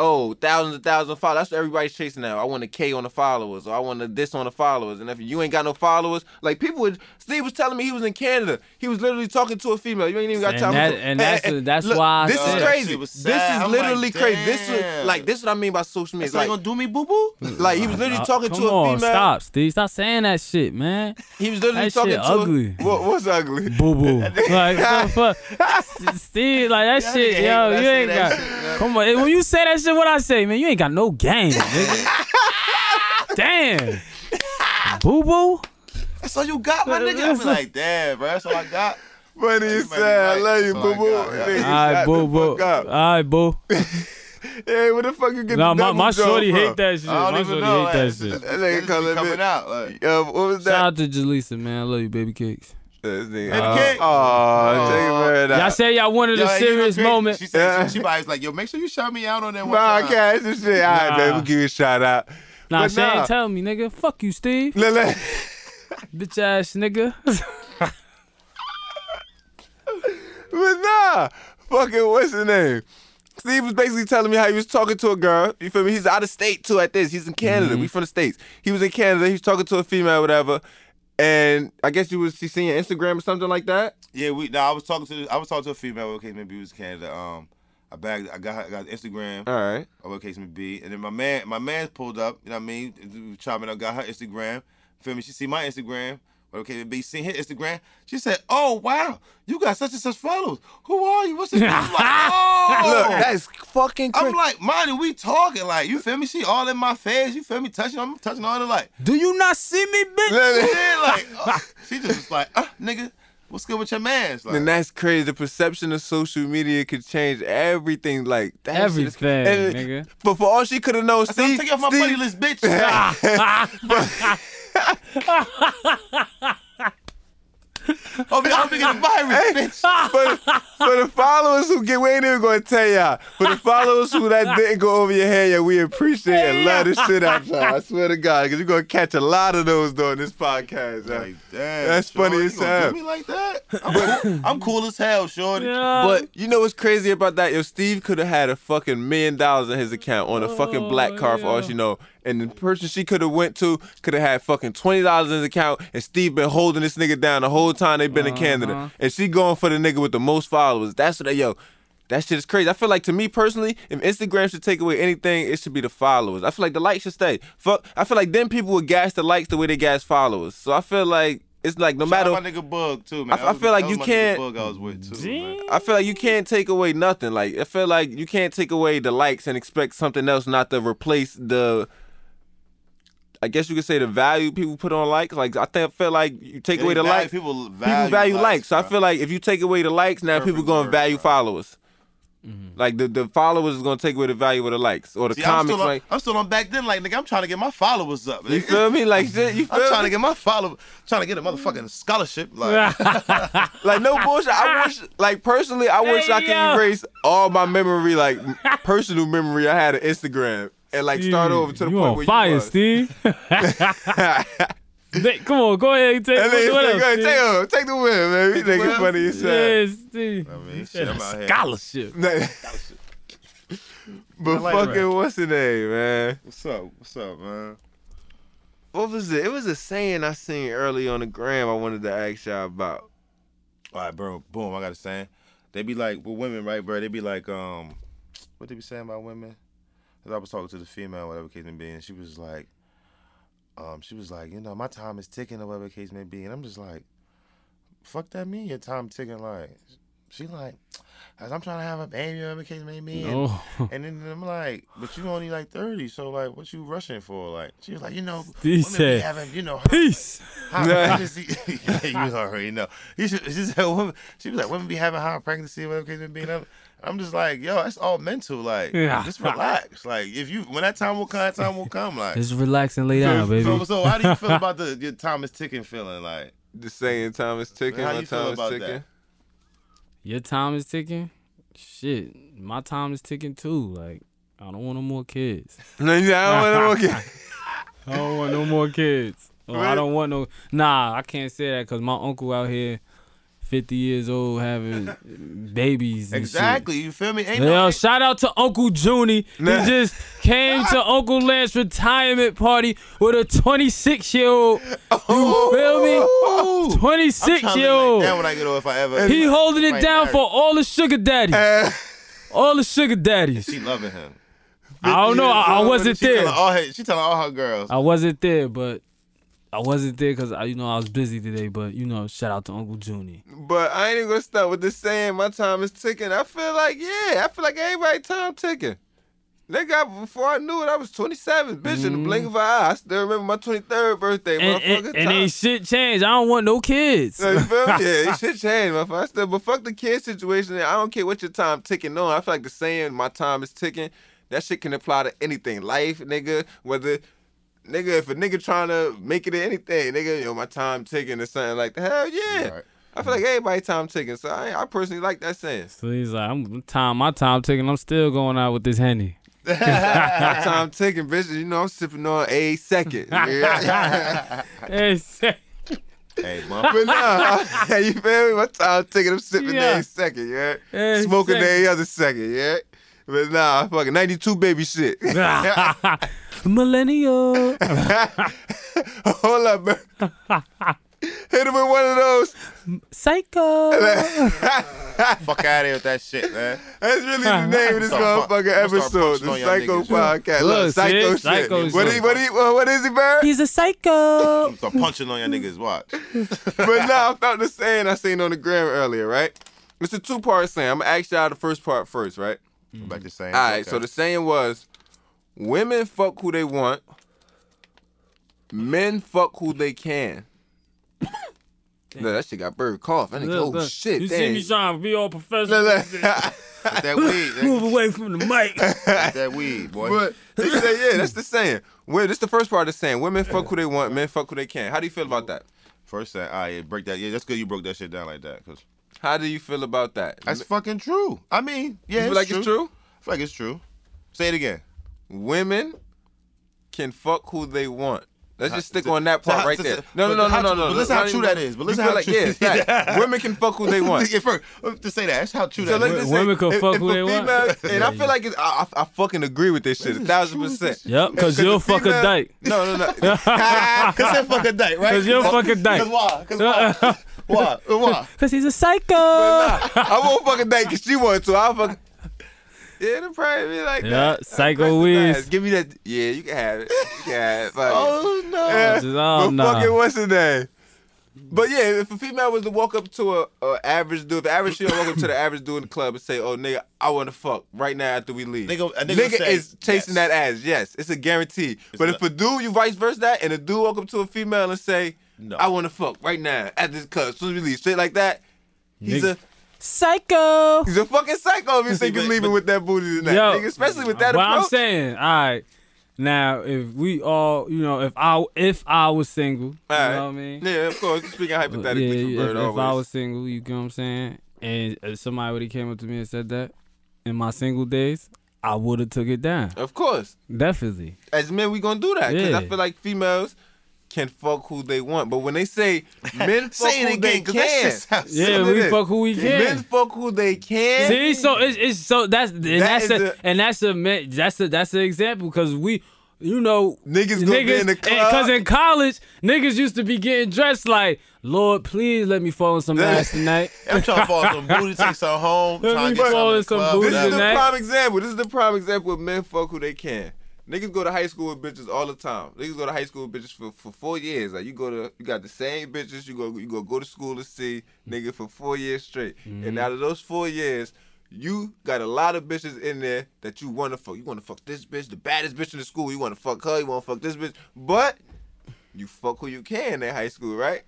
oh, thousands and thousands of followers. That's what everybody's chasing now. I want a K on the followers, or I want a this on the followers. And if you ain't got no followers, like people would, Steve was telling me he was in Canada. He was literally talking to a female. You ain't even got And time that- for and that's- that's why I This said- is That crazy. shit was This sad. is I'm literally like, crazy. This is damn. like this is what I mean by social media. It's like, like, gonna do me boo boo. like he was literally Uh, talking come to a on, female. stop, Steve, stop saying that shit, man. He was literally That talking shit to a- ugly. what, what's ugly? Boo boo, like what the fuck, Steve, like that shit, hate yo, when I you say ain't that got. Come on, eh, when you say that shit, what I say, man, you ain't got no game, nigga. Damn, boo boo. That's all you got, my nigga. I be like, damn, bro. That's all I got. Funny You you might be said, I right. love you, That's boo all I boo. got. Nigga, All right, shut the boo boo. fuck All up. right, boo. Hey, where the fuck you get Nah, the my, double my joke shorty from? hate that shit. I My don't even shorty know. hate Like, that shit. That That nigga nigga coming coming in. out. Like, Yeah, what was that? Shout out to Jaleesa, man. I love you, baby cakes. This nigga. Baby King. Oh, take it very Y'all nice. said y'all wanted yo, a hey, you know serious crazy? moment. She said she, she probably was like, yo, make sure you shout me out on that one. time. Podcast and shit. All right, Nah. baby, give you a shout out. Nah, But she nah. ain't tell me, nigga. Fuck you, Steve. Look, look. Bitch ass nigga. But nah, fucking what's his name? Steve was basically telling me how he was talking to a girl. You feel me? He's out of state too at this. He's in Canada. Mm-hmm. We from the States. He was in Canada. He was talking to a female, whatever. And I guess you was she seeing your Instagram or something like that. Yeah, we. No, I was talking to I was talking to a female. Okay, maybe it was Canada. Um, I bagged. I got. I got Instagram. All right. or what case may be. And then my man, my man's pulled up. You know what I mean? We were Chopping up, got her Instagram. Feel me? She see my Instagram. or Okay, be seen his Instagram. She said, "Oh wow, you got such and such followers. Who are you? What's your name?" I'm like, oh. Look, that's fucking crazy. I'm like, Monty, we talking like you feel me? She all in my face. You feel me? Touching, I'm touching all the like. Do you not see me, bitch? Yeah, like oh. she just was like, uh, nigga. What's good with your man's? Like, And that's crazy. The perception of social media could change everything. Like that shit is- Everything, and- nigga. But for all she could have known, I said, I'm Steve, taking off my Steve- buddy list, bitch. I'll be, Oh, I'll be getting a virus, bitch. for, for the followers who get, we ain't even gonna tell y'all. For the followers who that didn't go over your head, yeah, we appreciate and love this shit out y'all. I swear to God, because you're gonna catch a lot of those during this podcast. y'all. Like, damn, That's Shorty, funny you as gonna hell. do me like that? I'm cool, I'm cool as hell, shorty. Yeah. But you know what's crazy about that? Yo, Steve could have had a fucking million dollars in his account on a fucking black car for all yeah. she know. And the person she could have went to could have had fucking twenty dollars in his account, and Steve been holding this nigga down the whole time they been in Canada. And she going for the nigga with the most followers. That's what they yo. That shit is crazy. I feel like to me personally, if Instagram should take away anything, it should be the followers. I feel like the likes should stay. Fuck, I feel like then people would gas the likes the way they gas followers. So I feel like it's like no Shout matter out my nigga Bug too, man. I- That I was- feel like that was you my nigga can't- Bug I was with too. Man. I feel like you can't take away nothing. Like I feel like you can't take away the likes and expect something else not to replace the. I guess you could say the value people put on likes. Like I think I feel like you take They away the value- likes, people People value, value, likes. So I bro. feel like if you take away the likes, now Perfect people going to word, value bro. followers. Like the, the followers is going to take away the value of the likes or the See, I'm, comments. still on, like I'm still on back then. Like, nigga, I'm trying to get my followers up. you nigga. feel me? Like shit, you feel I'm trying to me? get my follow, trying to get a motherfucking scholarship. Like, Like no bullshit. I wish, like personally, I wish I could Hey, yo. erase all my memory, like m- personal memory I had of Instagram, and like start over to the you point on where fire, you was. Steve. Nick, Come on, go ahead and take And then, what like, else, go ahead, Steve? take, him, take the win, man. You nigga win. funny as hell. Yeah, Steve. I mean, shit, I'm out here. Scholarship. but fucking, what's the name, man? What's up? What's up, man? What was it? It was a saying I seen early on the gram. I wanted to ask y'all about. All right, bro. Boom. I got a saying. They be like with women, right, bro? They be like, um, what they be saying about women? 'Cause I was talking to the female, whatever case may be, and she was like, um, she was like, you know, my time is ticking, or whatever case may be, and I'm just like, fuck that mean your time ticking, like. She like, as I'm trying to have a baby, or whatever case may be, and- No. And then I'm like, but you only like 30, so like, what you rushing for? Like, she was like, you know, He women be said, having, you know, Peace. high pregnancy. yeah, you already know. You should, she, said, women, she was like, women be having high pregnancy, whatever case may be. And I'm, I'm just like, yo, that's all mental. Like, Yeah. just relax. Like, if you, when that time will come, that time will come. Like, Just relax and lay down, so, baby. so how do you feel about the your time is ticking feeling? Like, The saying time is ticking. How my you feel time about is ticking. that? Your time is ticking. Shit, my time is ticking too. Like, I don't want no more kids. No, yeah, I don't want to I don't want no more kids. Oh, I don't want no. Nah, I can't say that because my uncle out here, fifty years old, having babies. and shit. exactly. You feel me? Ain't Yo, no, shout out to Uncle Junie. He just came to Uncle Lance's retirement party with a 26 year old. You feel me? 26 trying year to lay down old. when I get old if I ever. He holding Right, it down married. for all the sugar daddies. All the sugar daddies. She loving him. I don't know. I, I wasn't she Telling there. all her, she telling all her girls. I wasn't there, but I wasn't there because I, you know, I was busy today. But you know, shout out to Uncle Junie. But I ain't even gonna start with the saying my time is ticking. I feel like, yeah, I feel like everybody time ticking. Nigga, I- before I knew it, I was 27, bitch, in the blink of an eye. I still remember my 23rd birthday, Mm-hmm. And, motherfucker. and, and time. ain't shit changed. I don't want no kids. So, you feel me? Yeah, it should change, motherfucker. I still, but fuck the kid situation. I don't care what your time ticking on. I feel like the saying my time is ticking. That shit can apply to anything. Life, nigga, whether nigga, if a nigga trying to make it in anything, nigga, you know, my time ticking or something like that. Hell yeah. Right. I feel like everybody time ticking. So I, I personally like that saying. So he's like, I'm time, my time ticking. I'm still going out with this henny. My time ticking, bitch. You know, I'm sipping on a second. Yeah. Hey, say- Hey, motherfucker. but nah, you feel me? My time ticking. I'm sipping Yeah. a second. Yeah. Every Smoking second. every other second. Yeah. But nah, fucking 92 baby shit. millennial. Hold up, man. Hit him with one of those. Psycho. Fuck out of here with that shit, man. That's really the name of this I'm sorry, motherfucking I'm sorry, episode, punching the on y'all Psycho niggas. Podcast. Look, Look, psycho see? shit. Psycho what, shit. he, what, he, what is he, Bird? He's a psycho. So I'm punching on your niggas' watch. but now I found the saying I seen on the gram earlier, right? It's a two part saying. I'm gonna ask y'all the first part first, right? Back to saying. All right. okay. So the saying was, women fuck who they want, men fuck who they can. No, that shit got bird cough. I think, Look, oh look. shit, You see dang. me trying to be all professional. Look, look. that weed, that, Move away from the mic. that weed, boy. But they say, yeah, that's the saying. Well, this the first part of the saying. Women fuck who they want, men fuck who they can. How do you feel about that? First thing, all right, break that. Yeah, that's good. You broke that shit down like that, cause How do you feel about that? that's You fucking true. I mean, yeah, feel it's like true. it's true? I feel like it's true. Say it again. Women can fuck who they want. Let's just stick to- on that to part how- right to- there. to- No, no, but no, how no, no, true- no. but listen no, how not true even- that is, but listen You feel how like, true- yeah, it's fact. Women can fuck who they want. yeah, first, to say that, that's how true that So let's is. just say, Women can if, fuck if who a they want. female- And I Yeah. feel like it's, I, I, I fucking agree with this shit, a thousand percent. Yep, because you'll the fuck a female- dyke. No, no, no. Cause that fuck a dyke, right? 'Cause you're a fucking dyke. Cause why? Cause why? why? Why? Because he's a psycho. I won't fucking date because she wanted to. I'll fuck. Yeah, it'll probably be like Yeah, that. Of psycho course it whiz. does. Give me that. Yeah, you can have it. You can have it. Fuck it. Oh no. Yeah. Just, oh, but nah. fucking what's his name? But yeah, if a female was to walk up to a, a average dude, if the average female walk up to the average dude in the club and say, "Oh nigga, I want to fuck right now after we leave," Nigga- a nigga nigga say is chasing yes. that ass. Yes, it's a guarantee. but not- if a dude, you vice versa that, and a dude walk up to a female and say, No. "I want to fuck right now at this club," as soon as we leave, shit like that, he's Nigga- a psycho. He's a fucking psycho if you think But- you're leaving but- with that booty tonight, Yo. nigga. Especially with that But I'm approach. saying, all right. Now, if we all, you know, if I if I was single, All you right. know what I mean? Yeah, of course. Speaking hypothetically yeah, for yeah, Bird if, if always. I was single, you get what I'm saying? And if somebody would have came up to me and said that in my single days, I would have took it down. Of course. Definitely. As men, we gonna do that. Because I Yeah. feel like females can fuck who they want. But when they say men fuck Say who it they again, cause that can. shit sounds. Yeah, So we then- fuck who we can. Men fuck who they can. See, so it's, it's so that's and that's is a, the- and that's a ma- that's a that's an example because we, you know, Niggas gonna be in the club. Because in college, niggas used to be getting dressed like, Lord, please let me fall in some ass tonight. I'm trying to fall some booty, take some home, Let trying me to get fall some, in in the some club, booty This is whatever. the Tonight. prime example. This is the prime example of men fuck who they can. Niggas go to high school with bitches all the time. Niggas go to high school with bitches for, for four years. Like you go to you got the same bitches you go you go go to school to see nigga for four years straight. And out of those four years, you got a lot of bitches in there that you wanna fuck. You wanna fuck this bitch, the baddest bitch in the school. You wanna fuck her. You wanna fuck this bitch. But you fuck who you can in high school, right?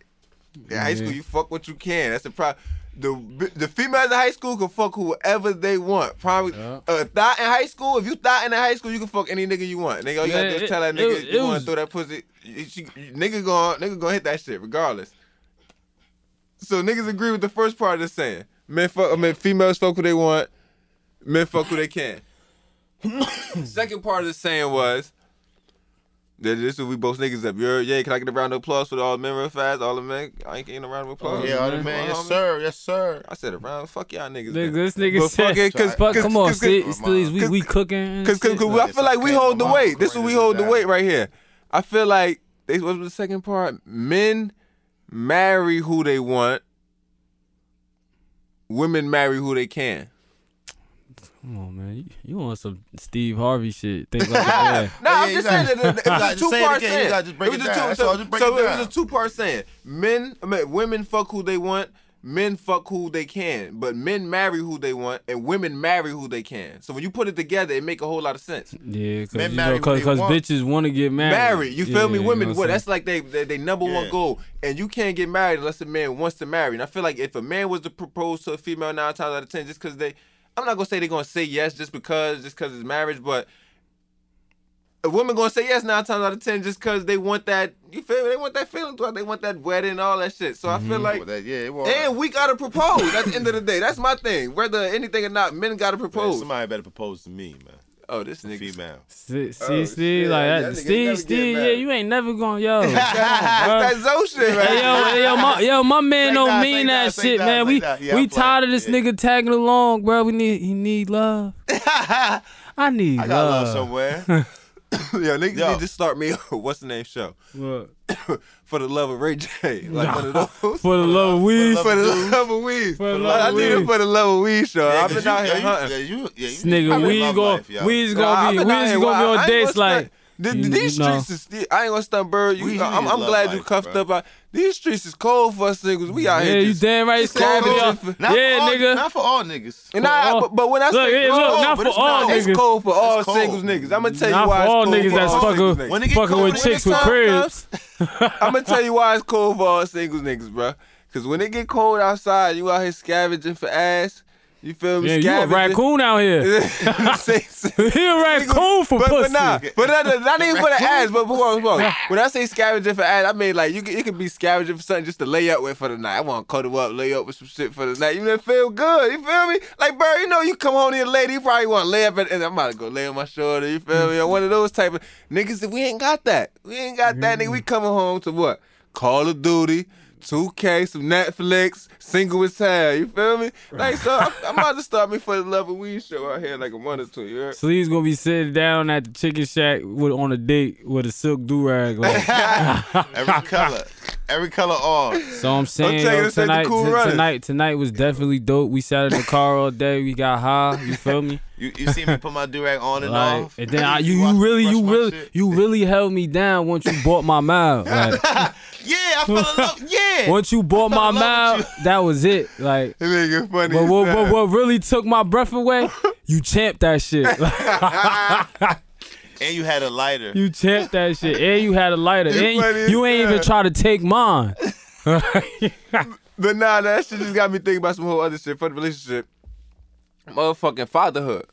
In high school, you fuck what you can. That's the problem. The bi- the females in high school can fuck whoever they want. Probably uh, thought in high school. If you thought in high school, you can fuck any nigga you want. Nigga, all you gotta Yeah, do it- is tell that it- nigga it you want was- to throw that pussy. You- she- nigga going nigga gonna hit that shit regardless. So niggas agree with the first part of the saying. Men fuck. I mean, females fuck who they want. Men fuck who they can. Second part of the saying was. That this is we both niggas up. You're, yeah, can I get a round of applause for all the men real fast? All the men, I ain't getting a round of applause. Yeah, all the man, yes sir, yes sir. I said around. Fuck y'all niggas. Nigga, then. this nigga But said, fuck it, cause, Fuck, cause, come on, cause, see, cause, please, we, cause- we cooking. and cause, cause, shit. I feel like we okay, hold the my mom weight. This is crazy we as hold the that. weight right here. I feel like this was the second part. Men marry who they want. Women marry who they can. Come on, man. You, you want some Steve Harvey shit? Think like that. No, Yeah, I'm you just gotta- saying that it- it you was gotta a just say it two-part again. saying. You gotta just break was it a down. two- That's so- all, just break so it was down. a two-part saying. Men, I mean, women fuck who they want. Men fuck who they can, but men marry who they want, and women marry who they can. So when you put it together, it make a whole lot of sense. Yeah, because Men you marry know, who cause, they 'cause want. bitches want to get married. Married, you feel Yeah, me? you Women, know well, what I'm that's like they, they they number one Yeah. goal, and you can't get married unless a man wants to marry. And I feel like if a man was to propose to a female nine times out of ten, just because they, I'm not gonna say they're gonna say yes just because just because it's marriage, but a woman gonna say yes nine times out of ten just because they want that. You feel me? They want that feeling throughout. They want that wedding, and all that shit. So Mm-hmm. I feel like. Well, that- yeah, it was. And we gotta propose at the end of the day. That's my thing. Whether anything or not, men gotta Man, propose. somebody better propose to me, man. oh, this The nigga. female. See, see, Oh, see, shit. like That that. nigga Steve, never get Steve, yeah, married. you ain't never going, yo. That's Bruh. that Zoe shit, right? Hey, yo, hey, yo, my, yo, my man Say don't nah, say mean nah, that say shit, nah, man. say we nah. Yeah, we I'm tired of playing. this nigga tagging along, bro. We need he need love. I need I got love love. somewhere. Yo, niggas Yo. need to start me. What's the name show? Look, For the love of Ray J, like one of those. for the love of weed, For the love of weed. For the love I of need it weed. for the love of weed show. Yeah, I've 'cause been you- out here yeah, you- hunting. yeah, you- yeah, you- This nigga, I really we love go, life, yo. we's Nah, gonna I've be, been out we's here gonna be wild. on I ain't dates gonna like. stunt. you Th- these know. streets is. I ain't gonna stunt bird. You, We I'm, need I'm love glad you life, cuffed bro. up. I, these streets is cold for us niggas. We out Yeah, here. you just- damn right. It's cold for cold y'all. for- Not Yeah, for all, nigga. Not for all niggas. And I, all- but, but when I Look, say yeah, cold, look, not but for it's not. all it's niggas. cold for all cold. singles niggas. I'm gonna tell Not you for why all it's cold niggas for that's all fucking- singles niggas. When it get Fucking cold, with when it chicks get with cold, cribs. I'm gonna tell you why it's cold for all singles niggas, bro. Cause when it get cold outside, you out here scavenging for ass. You feel me? Yeah, you a Scavenging. raccoon out here. See, see. he a raccoon for but, pussy. But nah, but not, not even for the ass. But before, before, when I say scavenging for ass, I mean like you can, it could be scavenging for something just to lay up with for the night. I want to cuddle up, lay up with some shit for the night. You know, feel good. You feel me? Like, bro, you know, you come home to your lady, you probably want to lay up, and, and I'm about to go lay on my shoulder. You feel me? Or One of those type of niggas. We ain't got that. We ain't got that. Nigga, we coming home to what? Call of Duty. 2K, some Netflix, single as hell. You feel me? Like, so I'm, I'm about to start me for the love of weed show out here in like a month or two. You heard? Sleeve's gonna be sitting down at the chicken shack with on a date with a silk do rag. Like, Every color. Every color all. so I'm saying tell you, yo, this ain't the tonight, Cool t- Runnings. tonight, tonight was definitely dope. We sat in the car all day. We got high. You feel me? You you see me put my durag on and Like, off. and then I, you, you watch me really, brush you my really, shit. you really held me down once you bought my mouth. Like, Yeah, I fell in love. Yeah. once you bought my I love mouth, that was it. Like, That nigga funny. But as what, hell. what, what really took my breath away? You champed that shit. And you had a lighter. you champed that shit. And you had a lighter. And funny you, as you ain't hell. even try to take mine. But nah, that shit just got me thinking about some whole other shit for the relationship. Motherfucking fatherhood.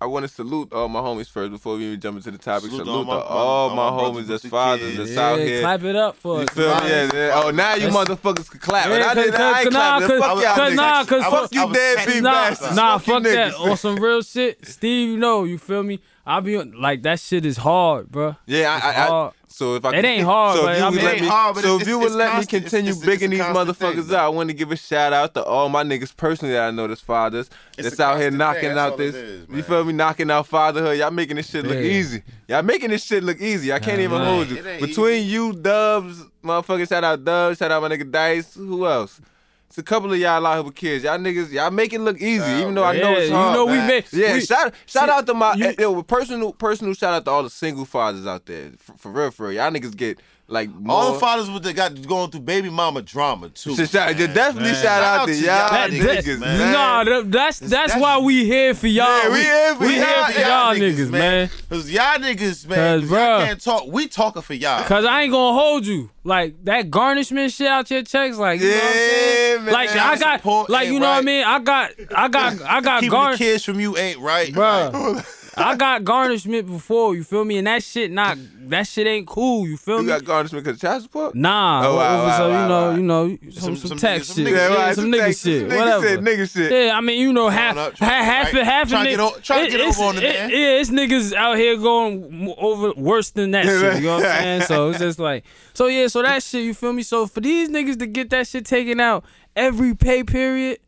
I want to salute all my homies first before we even jump into the topic. Salute all Salute, all, my- all my, all my brothers homies that's with the fathers kids. that's Yeah, out here. clap it up for You us. feel me? Yeah, yeah. Oh, now you That's- motherfuckers can clap. Yeah, But I cause- didn't. I ain't cause- nah, clapping. Fuck cause- y'all cause niggas. nah, cause I fuck- was- I you was deadbeat texting Nah, Bastards. bastards. nah, you fuck that. niggas. On some real shit, Steve, you know, you feel me? I be on- like that shit is hard, bruh. Yeah, It's I, I, I hard. so if I It ain't hard, so but if you I would mean- let It me, ain't hard, but so it's- if you it's- would it's let me constant. It's- continue it's- it's bigging a these constant thing, motherfuckers though. out, I want to give a shout out to all my niggas personally that I know that's fathers It's that's a out here constant knocking thing. That's out all it this. is, you man. feel me? Knocking out fatherhood. Y'all making this shit look Yeah. easy. Y'all making this shit look easy. I can't even man. hold It you. ain't Between you, Dubs, motherfucker, shout out Dubs, shout out my nigga Dice. Who else? It's a couple of y'all out here with kids. Y'all niggas, y'all make it look easy, Nah, even though I yeah, know it's you hard. know we man. make. Yeah, we, shout shout out to my you- eh, yo, personal personal shout out to all the single fathers out there. For, for real, for real, y'all niggas get like more. All the fathers with that got going through baby mama drama too. Shout- shout- definitely shout out to y'all That- niggas, that- man. Nah, that- that's that's why we here for y'all. Yeah, we here for we y'all- here for y'all niggas, man. Cause y'all niggas, man, 'Cause, cause bruh. y'all can't talk. We talking for y'all. Cause I ain't gonna hold you. Like that garnishment shit out your checks, like you know what I'm Yeah, saying? man. Like I got Support like ain't you know what I right. mean? I got I got I got Keeping the garn kids from you ain't right, Bruh. I got garnishment before, you feel me? And that shit not that shit ain't cool, you feel you me? got garnishment because child support. Nah, Oh, wow, over- wow, so wow, wow. you know, you know, some, Some- some, some tax niggas- some shit, niggas- yeah, right, some nigga thanks. shit, nigga whatever. shit, nigga shit. Yeah, I mean, you know, half, up, try- half, half, right? half. Try of to nigg- get o- try to it- get it's- over on the it- man. Yeah, it's niggas out here going m- over worse than that shit. You know what I'm saying? So it's just like, so yeah, so that shit. You feel me? So for these niggas to get that shit taken out every pay period.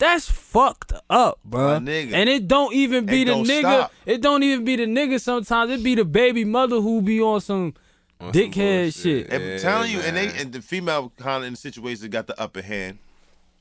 That's fucked up, bro. My nigga. And it don't even be It the don't nigga. stop. It don't even be the nigga. Sometimes it be the baby mother who be on some dickhead shit. I'm Yeah, telling you, and they man. and the female kind of in situations got the upper hand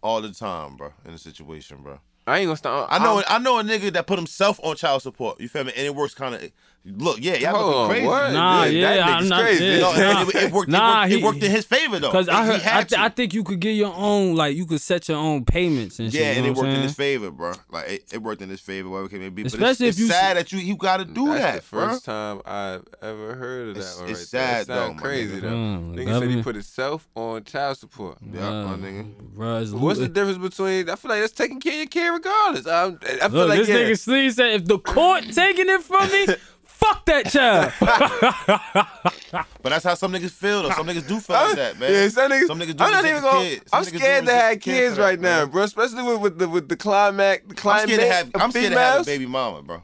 all the time, bro. In the situation, bro. I ain't gonna stop. I know, I'm- I know a nigga that put himself on child support. You feel me? And it works kind of. Look, yeah, y'all Hold looking on, crazy. what? Nah, That yeah, nigga's I'm not- crazy. yeah. No, Nah. and it, it worked. Nah, it, worked he- it worked in his favor though. Cause I Oh, He heard, had I, th- to. I think you could get your own, like you could set your own payments and shit. yeah, you and know it what worked I'm in saying? his favor, bro. Like it, it worked in his favor, whatever it may be. but it's, Especially if it's you- sad that you you got to do That's that, the bro. first time I've ever heard of that It's- one. it's right there. It sad, sound though, my crazy nigga. though. Mm, nigga said he government- put himself on child support. Yeah, my nigga. Bruh, Uh, it's What's the loot- difference between? I feel like that's taking care of your kid regardless. I, I feel Look, like this yeah. nigga Sleeve said, if the court taking it from me, fuck that child. But that's how some niggas feel though. Some niggas do feel I'm- like that, man. Yeah, some niggas, do I'm not resent even the going. kid. Some I'm niggas do scared to resent the have kid kids for that, right now, man. bro. Especially with, with the with the climax, the I'm climate. scared to have. of I'm scared to have a females. baby mama, bro.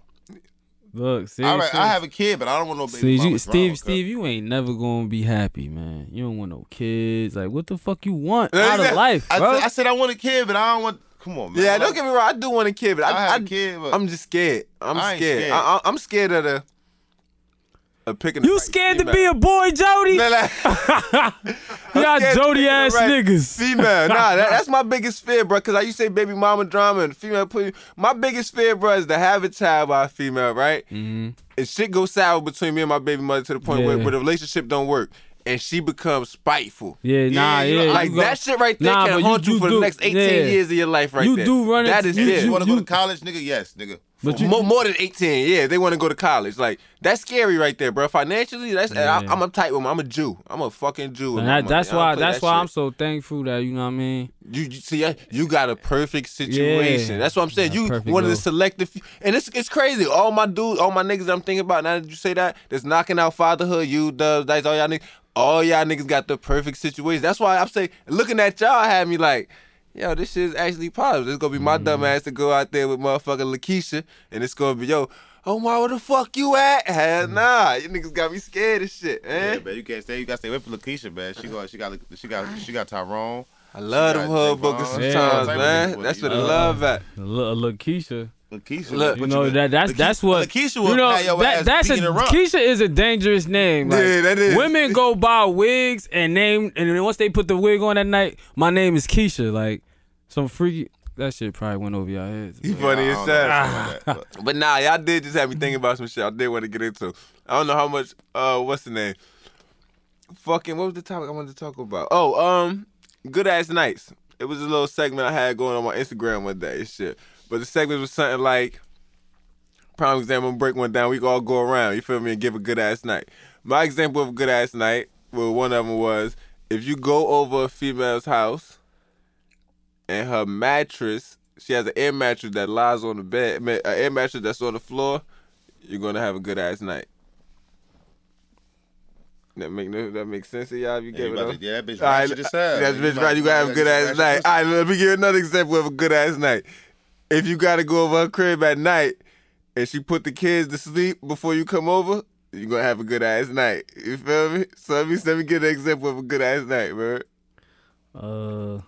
Look, seriously. All right, I have a kid, but I don't want no baby Steve, you, mama. drama, Steve, cuz. Steve, you ain't never gonna be happy, man. You don't want no kids. Like, what the fuck you want Yeah, out of yeah. life, I, bro? said- I said I want a kid, but I don't want. Come on, man. Yeah, Like, don't get me wrong. I do want a kid, but I, I have I, a kid, but I'm just scared. I'm I ain't scared. scared. I, I, am scared of the. Of picking you scared to be a boy, Jody? Nah, nah. Y'all scared to Jody be ass right. niggas. female. Nah, that, that's my biggest fear, bro. Cause I used to say baby mama drama and female put my biggest fear, bro, is to have a child by a female, right? Mm-hmm. And shit goes sour between me and my baby mother to the point where, Yeah. where the relationship don't work. And she becomes spiteful. Yeah, nah, you- yeah. you like go- that shit right there Nah, can but haunt you, for do- the next 18 yeah. years of your life right You there. do run That into- is you- it. You want to go you- to college, nigga? Yes, nigga. But you- Mo- more, than 18, yeah. They want to go to college. Like, that's scary right there, bro. Financially, that's and Yeah. I, I'm a tight woman. I'm a Jew. I'm a fucking Jew. with And my that, money. that's I don't why. play That's that why shit. I'm so thankful that you know what I mean. You, you see, I- you got a perfect situation. Yeah. That's what I'm saying. Yeah, you perfect one of the girl. selective, and it's it's crazy. All my dudes, all my niggas, I'm thinking about now that you say that, that's knocking out fatherhood. You dubs, that's all y'all niggas. All y'all niggas got the perfect situation. That's why I'm saying, looking at y'all had me like, yo, this shit is actually positive. It's gonna be Mm-hmm. my dumb ass to go out there with motherfucking Lakeisha, and it's gonna be yo. Oh my, where the fuck you at? Hell Mm-hmm. nah, you niggas got me scared of shit, man. Yeah, man, you can't stay. You gotta stay away from Lakeisha, man. She got, she got, she got, she got Tyrone. I love them She got hood bookers Javon. sometimes, Yeah. man. That's where the Uh, love at. Look, look, Keisha. Lakeisha, Look, You know that that's Lakeisha- that's what Lakeisha will you know. pat your ass That, that's a beating her up. Keisha is a dangerous name. Like, Yeah, that is. Women go buy wigs and name, and then once they put the wig on that night, my name is Keisha. Like some freaky that shit probably went over your heads. You but- funny as that. that. But nah, y'all did just have me thinking about some shit I did want to get into. I don't know how much uh what's the name? Fucking what was the topic I wanted to talk about? Oh, um, good ass nights. It was a little segment I had going on my Instagram one day and shit. But the segment was something like prime example, I'm gonna break one down, we can all go around, you feel me, and give a good ass night. My example of a good ass night, well one of them was if you go over a female's house and her mattress. She has an air mattress that lies on the bed, ma- an air mattress that's on the floor. You're gonna have a good ass night. That make no, that make sense to y'all. If you Yeah, give you it about up. to- yeah, that bitch All right, ratchet as hell. That You bitch about- right. You gotta have a you good gotta ass get night. ratchet. All right, let me give you another example of a good ass night. If you gotta go over her crib at night and she put the kids to sleep before you come over, you're gonna have a good ass night. You feel me? So let me let me give an example of a good ass night, man. Uh,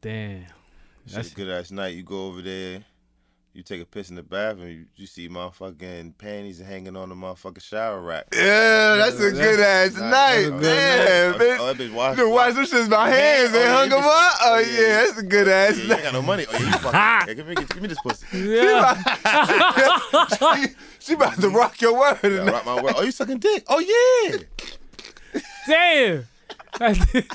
damn. That's a good ass night. You go over there, you take a piss in the bathroom, you, you see motherfucking panties hanging on the motherfucking shower rack. Yeah, that's a good ass night, Nah, man. Oh, bitch. Oh, that bitch washed. You watch them shits by hands Oh, and yeah, hung you them bitch- up. Oh oh, yeah, yeah. that's a good ass Yeah, you ain't night. got no money. Oh, yeah, you fucking. yeah, give, me, give me this pussy. Yeah. She about to rock your word I tonight. rock my world. Oh, you sucking dick? Oh yeah. Damn. Your dick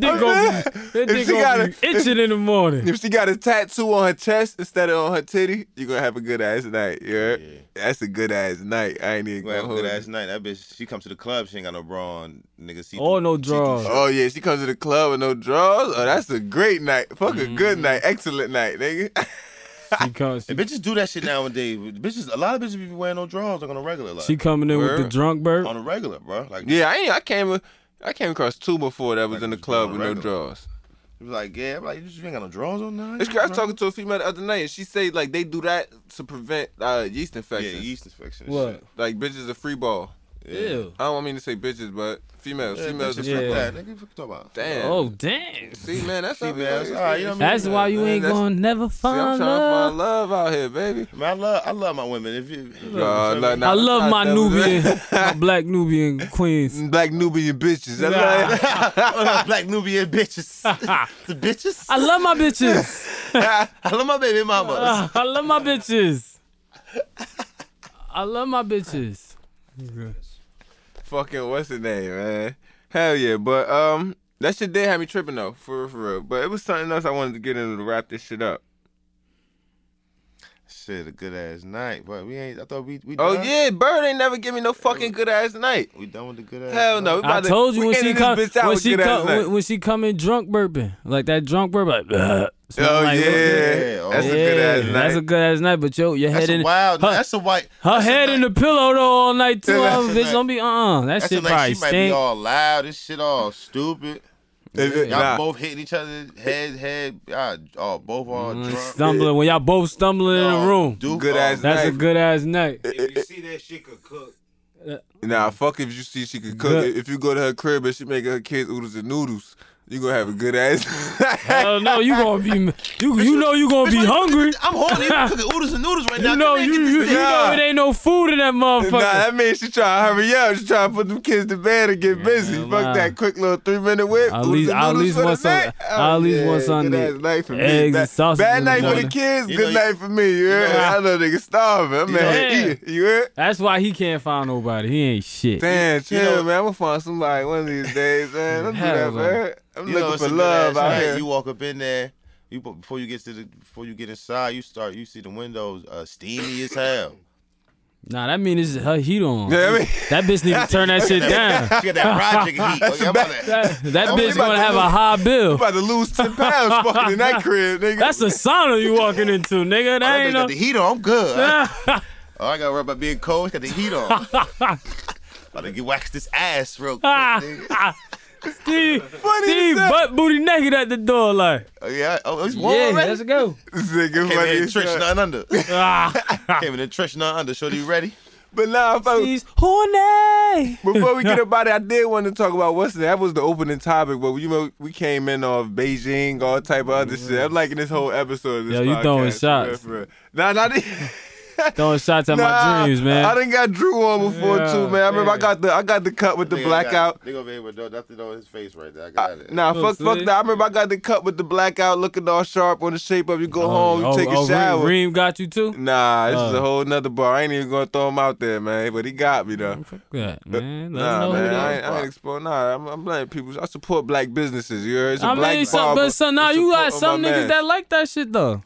gonna be, your If dick she gonna gotta- be itching in the morning. If she got a tattoo on her chest instead of on her titty, you gonna have a good ass night. Yeah, Yeah. that's a good ass night. I ain't even You gonna gonna have a good hold ass you. night. That bitch, she comes to the club, she ain't got no bra on, nigga. See Or no drawers. Oh yeah, she comes to the club with no drawers. Oh, that's a great night. Fuck a good night, excellent night, nigga. She comes. And bitches do that shit nowadays. Bitches, a lot of bitches be wearing no drawers like on a regular, like She coming in with the Word. drunk bird. on a regular, bro. Like yeah, I ain't, I came I came across two before that was in the club with no Regular. drawers. It was like, yeah, I'm like, you just ain't got no drawers on now. It's crazy. I was talking to a female the other night, and she say like they do that to prevent uh, yeast Yeah, infections. yeast infection. and What? shit. Like bitches a free ball. Ew. I don't mean to say bitches, but females, Yeah, females females are just free like Yeah. ball. that. Nigga, what you talking about? Damn. Oh damn. See, man, that's how we Females, like- all right, you know what I mean? That's why you Man, ain't that's- gonna never See, I'm find trying to love. find love out here, baby. Man, I love, I love my women. If you, you Nah, feel nah, me? nah. I love my That was- Nubian, my black Nubian queens. Black Nubian bitches. That's Nah. like- black Nubian bitches, the bitches. I love my bitches. I love my baby mamas. I love my bitches. I love my bitches. fucking what's the name, man? Hell yeah, but um, that shit did have me tripping though, for real, for real. But it was something else I wanted to get into to wrap this shit up. Shit, a good ass night, but we ain't. I thought we we. Oh done? yeah, Bird ain't never give me no fucking good ass night. we done with the good ass. Hell night? no. we I about to- told you we when she ended this come, bitch out when with she good ass come, night. when, when she come in drunk burping, like that drunk burping. Like, smell Oh like- yeah, Yeah, that's yeah, a good ass night. that's a good ass night. But yo, your That's head in a wild. her, that's a white. her that's a head night- in the pillow though all night too. That's I a was, night- bitch, don't be uh uh That That's shit a night. probably She might be stink. all loud. This shit all stupid. If it- Y'all nah. both hitting each other head, head. Y'all all both all drunk. stumbling when y'all both stumbling Mm, in the Y'all room. doof Good all night. ass That's a Night. good ass night. If you see that shit could cook, Nah, fuck if you see she can cook. Good. If you go to her crib and she making her kids oodles and noodles, you gonna have a good ass. Hell no, you gonna be you you know you gonna be Bitch, what- hungry. I'm hungry. You cooking oodles and noodles right now. You know Come you here, get you, this you thing. know it ain't no food in that nah, motherfucker. that means she trying to hurry up. She trying to put them kids to bed and get busy. Fuck nah. that quick little three minute whip. At oodles least- and at noodles least for the one Sunday- night. Oh, at least one good Sunday. ass night for me. Eggs and Bad- sausage Bad in the night for the morning. kids. You know Good you- night for me. You heard? know- I know nigga starving. I'm out Yeah. here eating. You heard? That's why he can't find nobody. He ain't shit. Damn, chill, know- man. I'm gonna find somebody one of these days, man. Don't do Hell that, no. man. I'm You know looking it's for a good love ass out night. here. You walk up in there. You put- before you get to the before you get inside, you start you see the windows uh, steamy as hell. Nah, that means it's her heat on. Yeah, I mean- That bitch need to turn that shit down. You got that project heat. Oh, yeah, I'm about to- That, that Oh, we bitch about gonna to have a lose- high bill. about to lose ten pounds fucking in that crib, nigga. That's a sauna you walking into, nigga. That Oh, that ain't bitch got no. the heat on. I'm good. oh, I got to worry about being cold. It's got the heat on. about to get waxed this ass real quick. nigga. Steve, Steve butt booty naked at the door, like. Oh, yeah. Oh, it's warm Yeah, already. let's go. This nigga Came funny in as and trench shit. none under. Ah, Came in and trench none under. Shorty, you ready? But nah, fuck, he's horny. Before we get about it, I did want to talk about what's that was the opening topic, but you know we came in off Beijing, all type of other shit. I'm liking this whole episode. Of this Yo, you throwing podcast, for real, shots. for real. Nah, not e- Throwing shots at my dreams, man. I done got Drew on before Yeah, too, man. I remember I man. got the I got the cut with the blackout. Nigga over here with no- nothing on his face right there. I got it. Nah, Oh, fuck, fuck see? that. I remember I got the cut with the blackout, looking all sharp on the shape up. You go home, you take a oh, shower. Reem, Reem got you too. Nah, this is Oh. a whole nother bar. I ain't even gonna throw him out there, man. But he got me though. Fuck that, man. Let us Nah, know who man, that I is. ain't, I ain't expo- Nah, I'm, I'm letting people. I support black businesses. You heard? It's a I black mean, some, barber. but some, now I you got support some my niggas man. that like that shit though.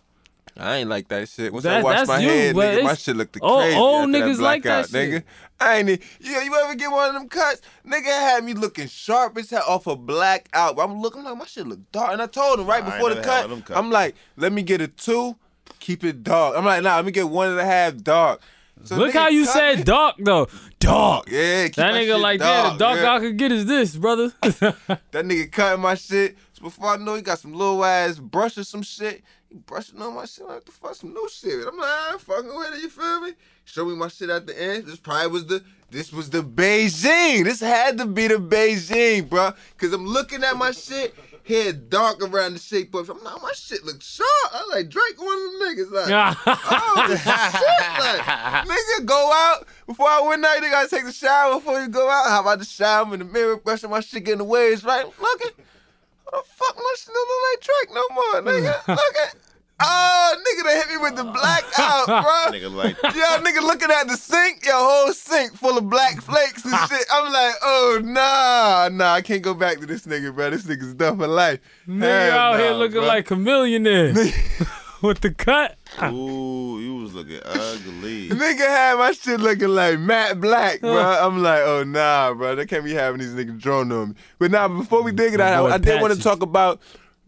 I ain't like that shit. Once That- I wash that's my you, head, but nigga, my it's- shit looked the old- crazy. old after niggas that like that blackout, shit. nigga. I ain't. e- You, you ever get one of them cuts? Nigga had me looking sharp as hell off a blackout. I'm looking like my shit look dark, and I told him right Nah, I before ain't the never had one cut, of them cuts. I'm like, let me get a two, keep it dark. I'm like, nah, let me get one and a half dark. So Look nigga how you cut said me- dark though. Dark. Yeah, keep That my nigga shit like dark, that. The dark yeah. I could get is this, brother. That nigga cutting my shit. So before I know, he got some little ass brush or some shit. He brushing on my shit. like the fuck? Some new shit. I'm like, I ain't fucking with it. You feel me? Show me my shit at the end. This probably was the. This was the Beijing. This had to be the Beijing, bro. Cause I'm looking at my shit, head dark around the shape of. I'm like, "Oh, my shit looks sharp. I like Drake, one of them niggas. Like, oh shit, like, nigga, go out before I went out. You gotta take the shower before you go out. How about the shower I'm in the mirror, brushing my shit, getting the waves right? Looking, what the fuck? My shit don't look like Drake no more, nigga. Looking, oh nigga, they hit me with the blackout, bro. Nigga, like, Yo, nigga, looking at the sink, your whole sink full of black flakes and shit. I'm like, oh nah, nah, I can't go back to this nigga, bro. This nigga's done for life. nigga Hell out here nah, looking bro. like a millionaire with the cut. ooh, you was looking ugly. Nigga had my shit looking like matte black, bro. I'm like, oh nah, bro. They can't be having these niggas drone on me. But now, before we dig it out, Mm, Boy, I, I did want to patches. talk about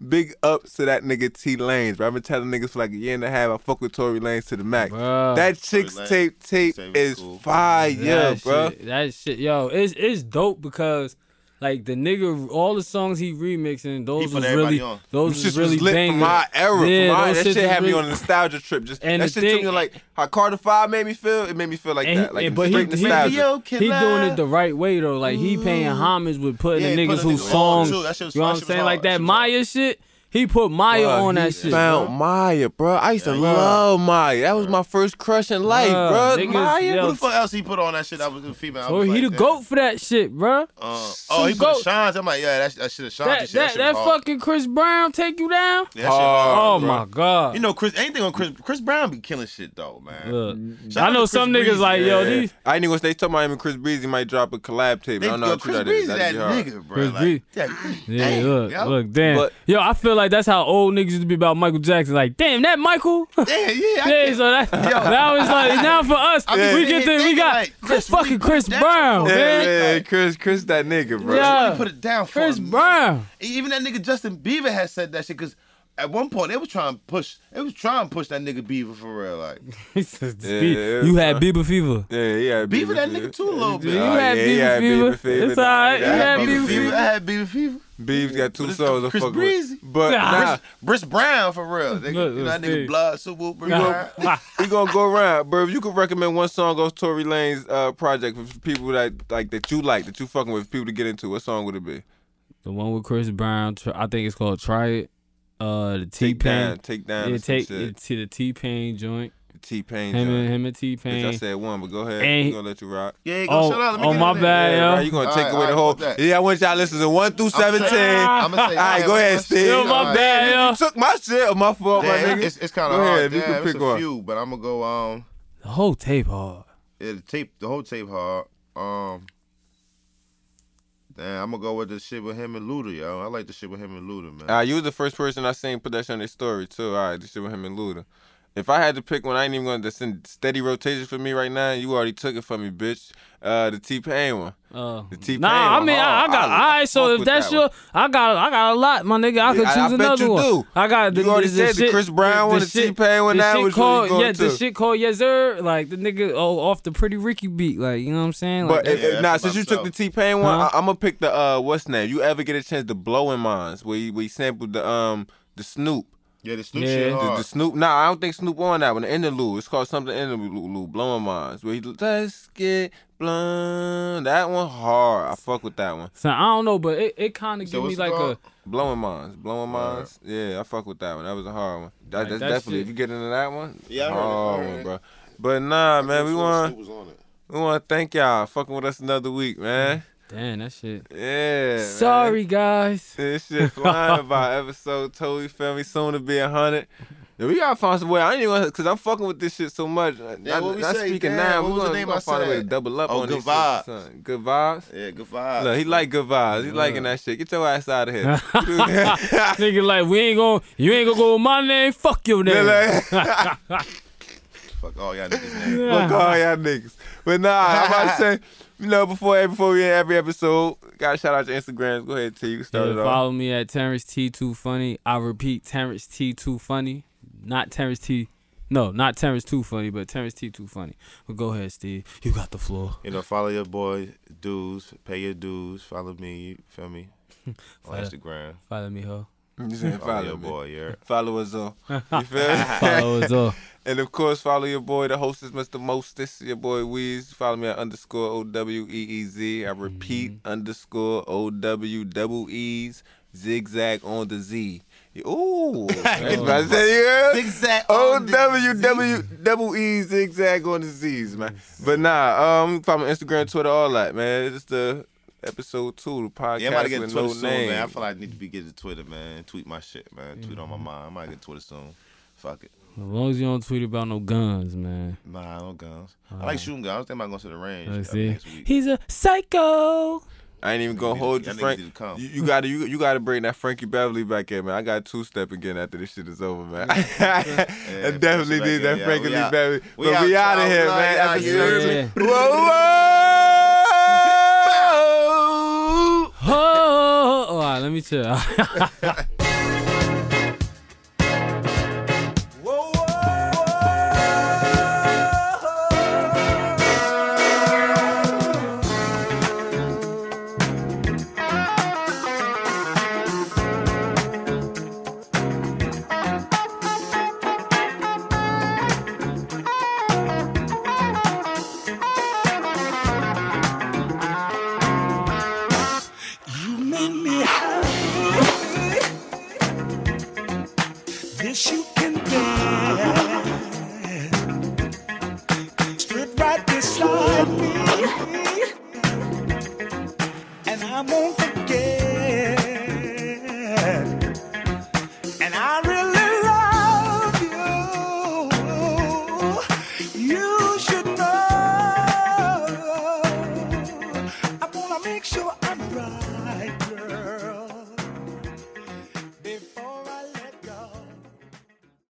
big ups to that nigga T Lanes, bro. I've been telling niggas for like a year and a half. I fuck with Tory Lanes to the max. Bruh. That chicks Tory Lanez. tape tape Tape is is cool. fire, that bro. Shit, that shit, yo, it's it's dope because like the nigga, all the songs he remixing, those put was everybody really, on. those This was shit really was lit banging. for my era. Yeah, for my, those that shit shit was had me really- on a nostalgia trip. Just And that the shit thing- took me like how Carter Five made me feel. It made me feel like And he- that, like and- but he- straight he- nostalgia. He doing it the right way though. Like he paying Mm-hmm. homage with putting Yeah, the he put niggas the who niggas on, songs. too. That shit was you know what fire. I'm Shit was saying? hard. Like that Shit was Maya shit. He put Maya Bruh, on he that shit. Found bruh. Maya, bro. I used to love Maya. That was my first crush in life, Bruh, bro. niggas- Maya, yo, Who the fuck else he put on that shit? I was a female. I Oh, was he like, the damn. goat for that shit, bruh. Uh, He oh, he the put goat. shines. I'm like, yeah, that, that shit is shines. That shit, that shit that was hard. fucking Chris Brown take you down. That shit Hard. hard. Oh bruh. my god. You know, Chris. Anything on Chris? Chris Brown be killing shit though, man. Look, Shout I out know to some Chris niggas Breezy, like yo Yeah. these. I ain't even gonna say talking about him and Chris Breezy might drop a collab tape. They, I don't know yo, how true Chris that Breezy is. that That'd be hard. nigga, bro. Chris like, Breeze. that- Yeah, damn, look, yo. look, damn. But- yo, I feel like that's how old niggas used to be about Michael Jackson. Like, damn, that Michael. Damn, yeah, I Yeah, can't- so that now it's like now for us, I be we sitting get here the we thinking, got like, Chris Chris fucking Breezy, Chris that's Brown, what- Yeah, man. yeah, yeah, Chris, Chris, that nigga, bro. Yeah. He put it down for Chris a minute. Brown. Even that nigga Justin Bieber had said that shit because at one point they was trying to push, they was trying to push that nigga Bieber for real. Like He says, Yeah, "Be- yeah, you bro. had Bieber fever. Yeah, yeah, Beaver that nigga too a little bit. You Oh, had yeah, Bieber he had fever. Bieber fever. It's all right. You Yeah, had Bieber Bieber fever. Bieber fever, I had Bieber fever. Beef's got two But it's songs. I Chris fuck with. Breezy. but Nah. nah, Briss Brown for real. They, Look, you know that look, nigga see. blood, so whoop, Briss Brown. we gonna go around, bro. If you could recommend one song off Tory Lane's uh, project for people that like that you like that you fucking with people to get into, what song would it be? The one with Chris Brown, tr- I think it's called Try It. Uh, the T Take down, Pain. take down. Yeah, take it. it to the T Pain joint. T Pain. Him and him and T Bitch, I Pain. said one, but go ahead. And- We're gonna let you rock. Yeah, go Oh, shut up. Let me oh get my in bad, there. yo. Yeah, you gonna take Alright, away the alright, whole. fuck that. Yeah, I want y'all to listen to one through seventeen. I'm gonna say, All right, go ahead, Steve. Yo, my Alright. bad, yo. You took my shit. My fault, my Damn, nigga. it's it's kind Go of ahead, hard. if you Damn, can it's pick a one. few, but I'm gonna go. Um, The whole tape hard. yeah, the tape, the whole tape hard. Um, Damn, I'm gonna go with the shit with him and Luda, yo. I like the shit with him and Luda, man. Uh, you was the first person I seen put that shit on their story too. All right, this shit with him and Luda. If I had to pick one, I ain't even going to send steady rotation for me right now. You already took it from me, bitch. Uh, the T Pain one. Uh, The T-Pain nah, I one. mean, I, I Oh, got. I- all right, I fuck so if with that's that your, I got, I got a lot, my nigga. I could I- I choose bet another you one. do. I got. The, You already said the shit- Chris Brown one, the T-Pain one, the that shit was really called, good, yeah, the too. shit called Yes Sir, like the nigga oh, off the Pretty Ricky beat, like you know what I'm saying. Like, But if, Yeah, if- that's nah, what since I'm you took the saying. T Pain one, Huh? I, I'm gonna pick the uh, what's name? You ever get a chance to blow in mines where he, where he sampled the um the Snoop. Yeah, the Snoop Yeah. shit The- The, hard. the Snoop, nah, I don't think Snoop on that one. The interlude, it's called something interlude, blowing minds. Where he let's get blown. That one hard. I fuck with that one. so I don't know, but it, it kind of So give me what's it like called? a. Blowing minds, blowing minds. Yeah, I fuck with that one. That was a hard one. That, Like, that's that definitely shit- if you get into that one. Yeah, I heard it, I hard heard one, it. bro. But nah, man, we Snoop want was on it. we want to thank y'all fucking with us another week, man. Damn, that shit. Yeah. man. Sorry, guys. This shit flying about episode two. You feel me? Soon to be a hundred. Yeah, we gotta find some way. I ain't even because I'm fucking with this shit so much. Yeah, not, what we not say, speaking damn, now. what we was the gonna, we name gonna I find a way to said? double up Oh, on good this shit, vibes. son. Good vibes. Yeah, good vibes. Look, he like good vibes. He liking that shit. Get your ass out of here. Like- Nigga, like we ain't gonna, you ain't gonna go with my name. Fuck your name. Fuck all y'all niggas' names. Fuck all y'all niggas. But nah, I'm about to say, you know, before before we end every episode, gotta shout out your Instagrams. Go ahead, T. You can Yeah, start it off. follow me at Terrence T Too Funny. I repeat, Terrence T Too Funny, not Terrence T. No, not Terrence Too Funny, but Terrence T Too Funny. But go ahead, Steve. You got the floor. You know, follow your boy, dues, pay your dues, follow me, you feel me? On Yeah. Instagram. Follow me, ho. You said Follow, follow your me. boy, Oh, yeah. Follow us on. You feel me? Follow us up. And of course, follow your boy, the hostess, Mr. Mostess, your boy Weez. Follow me at underscore O W E E Z. I repeat, Mm-hmm. underscore O W double E's, zigzag on the Z. Ooh. That's what I said, yeah. Zigzag O on the W Z. W double E zigzag on the Z's, man. But nah, um, follow me on Instagram, Twitter, all that, man. It's the episode two, the podcast Yeah, I'm about to get with Twitter no soon, name. Mm-hmm. man. I feel like I need to be getting to Twitter, man. Tweet my shit, man. Tweet on my mind. I'm about to get Twitter soon. Fuck it. As long as you don't tweet about no guns, man. Nah, no guns. I like shooting guns. They might go to the range Let's uh, see. next week. He's a psycho. I ain't even gonna niggas- hold you, y'all niggas Frank. need to come. You, you gotta, you, you gotta bring that Frankie Beverly back in, man. I got two step again after this shit is over, man. I definitely back need in, that yeah, Frankie we Lee out. Beverly. We but out, we out of y'all. here, Love man. y'all, After you this- heard me? Whoa, whoa. Oh, all right, let me chill.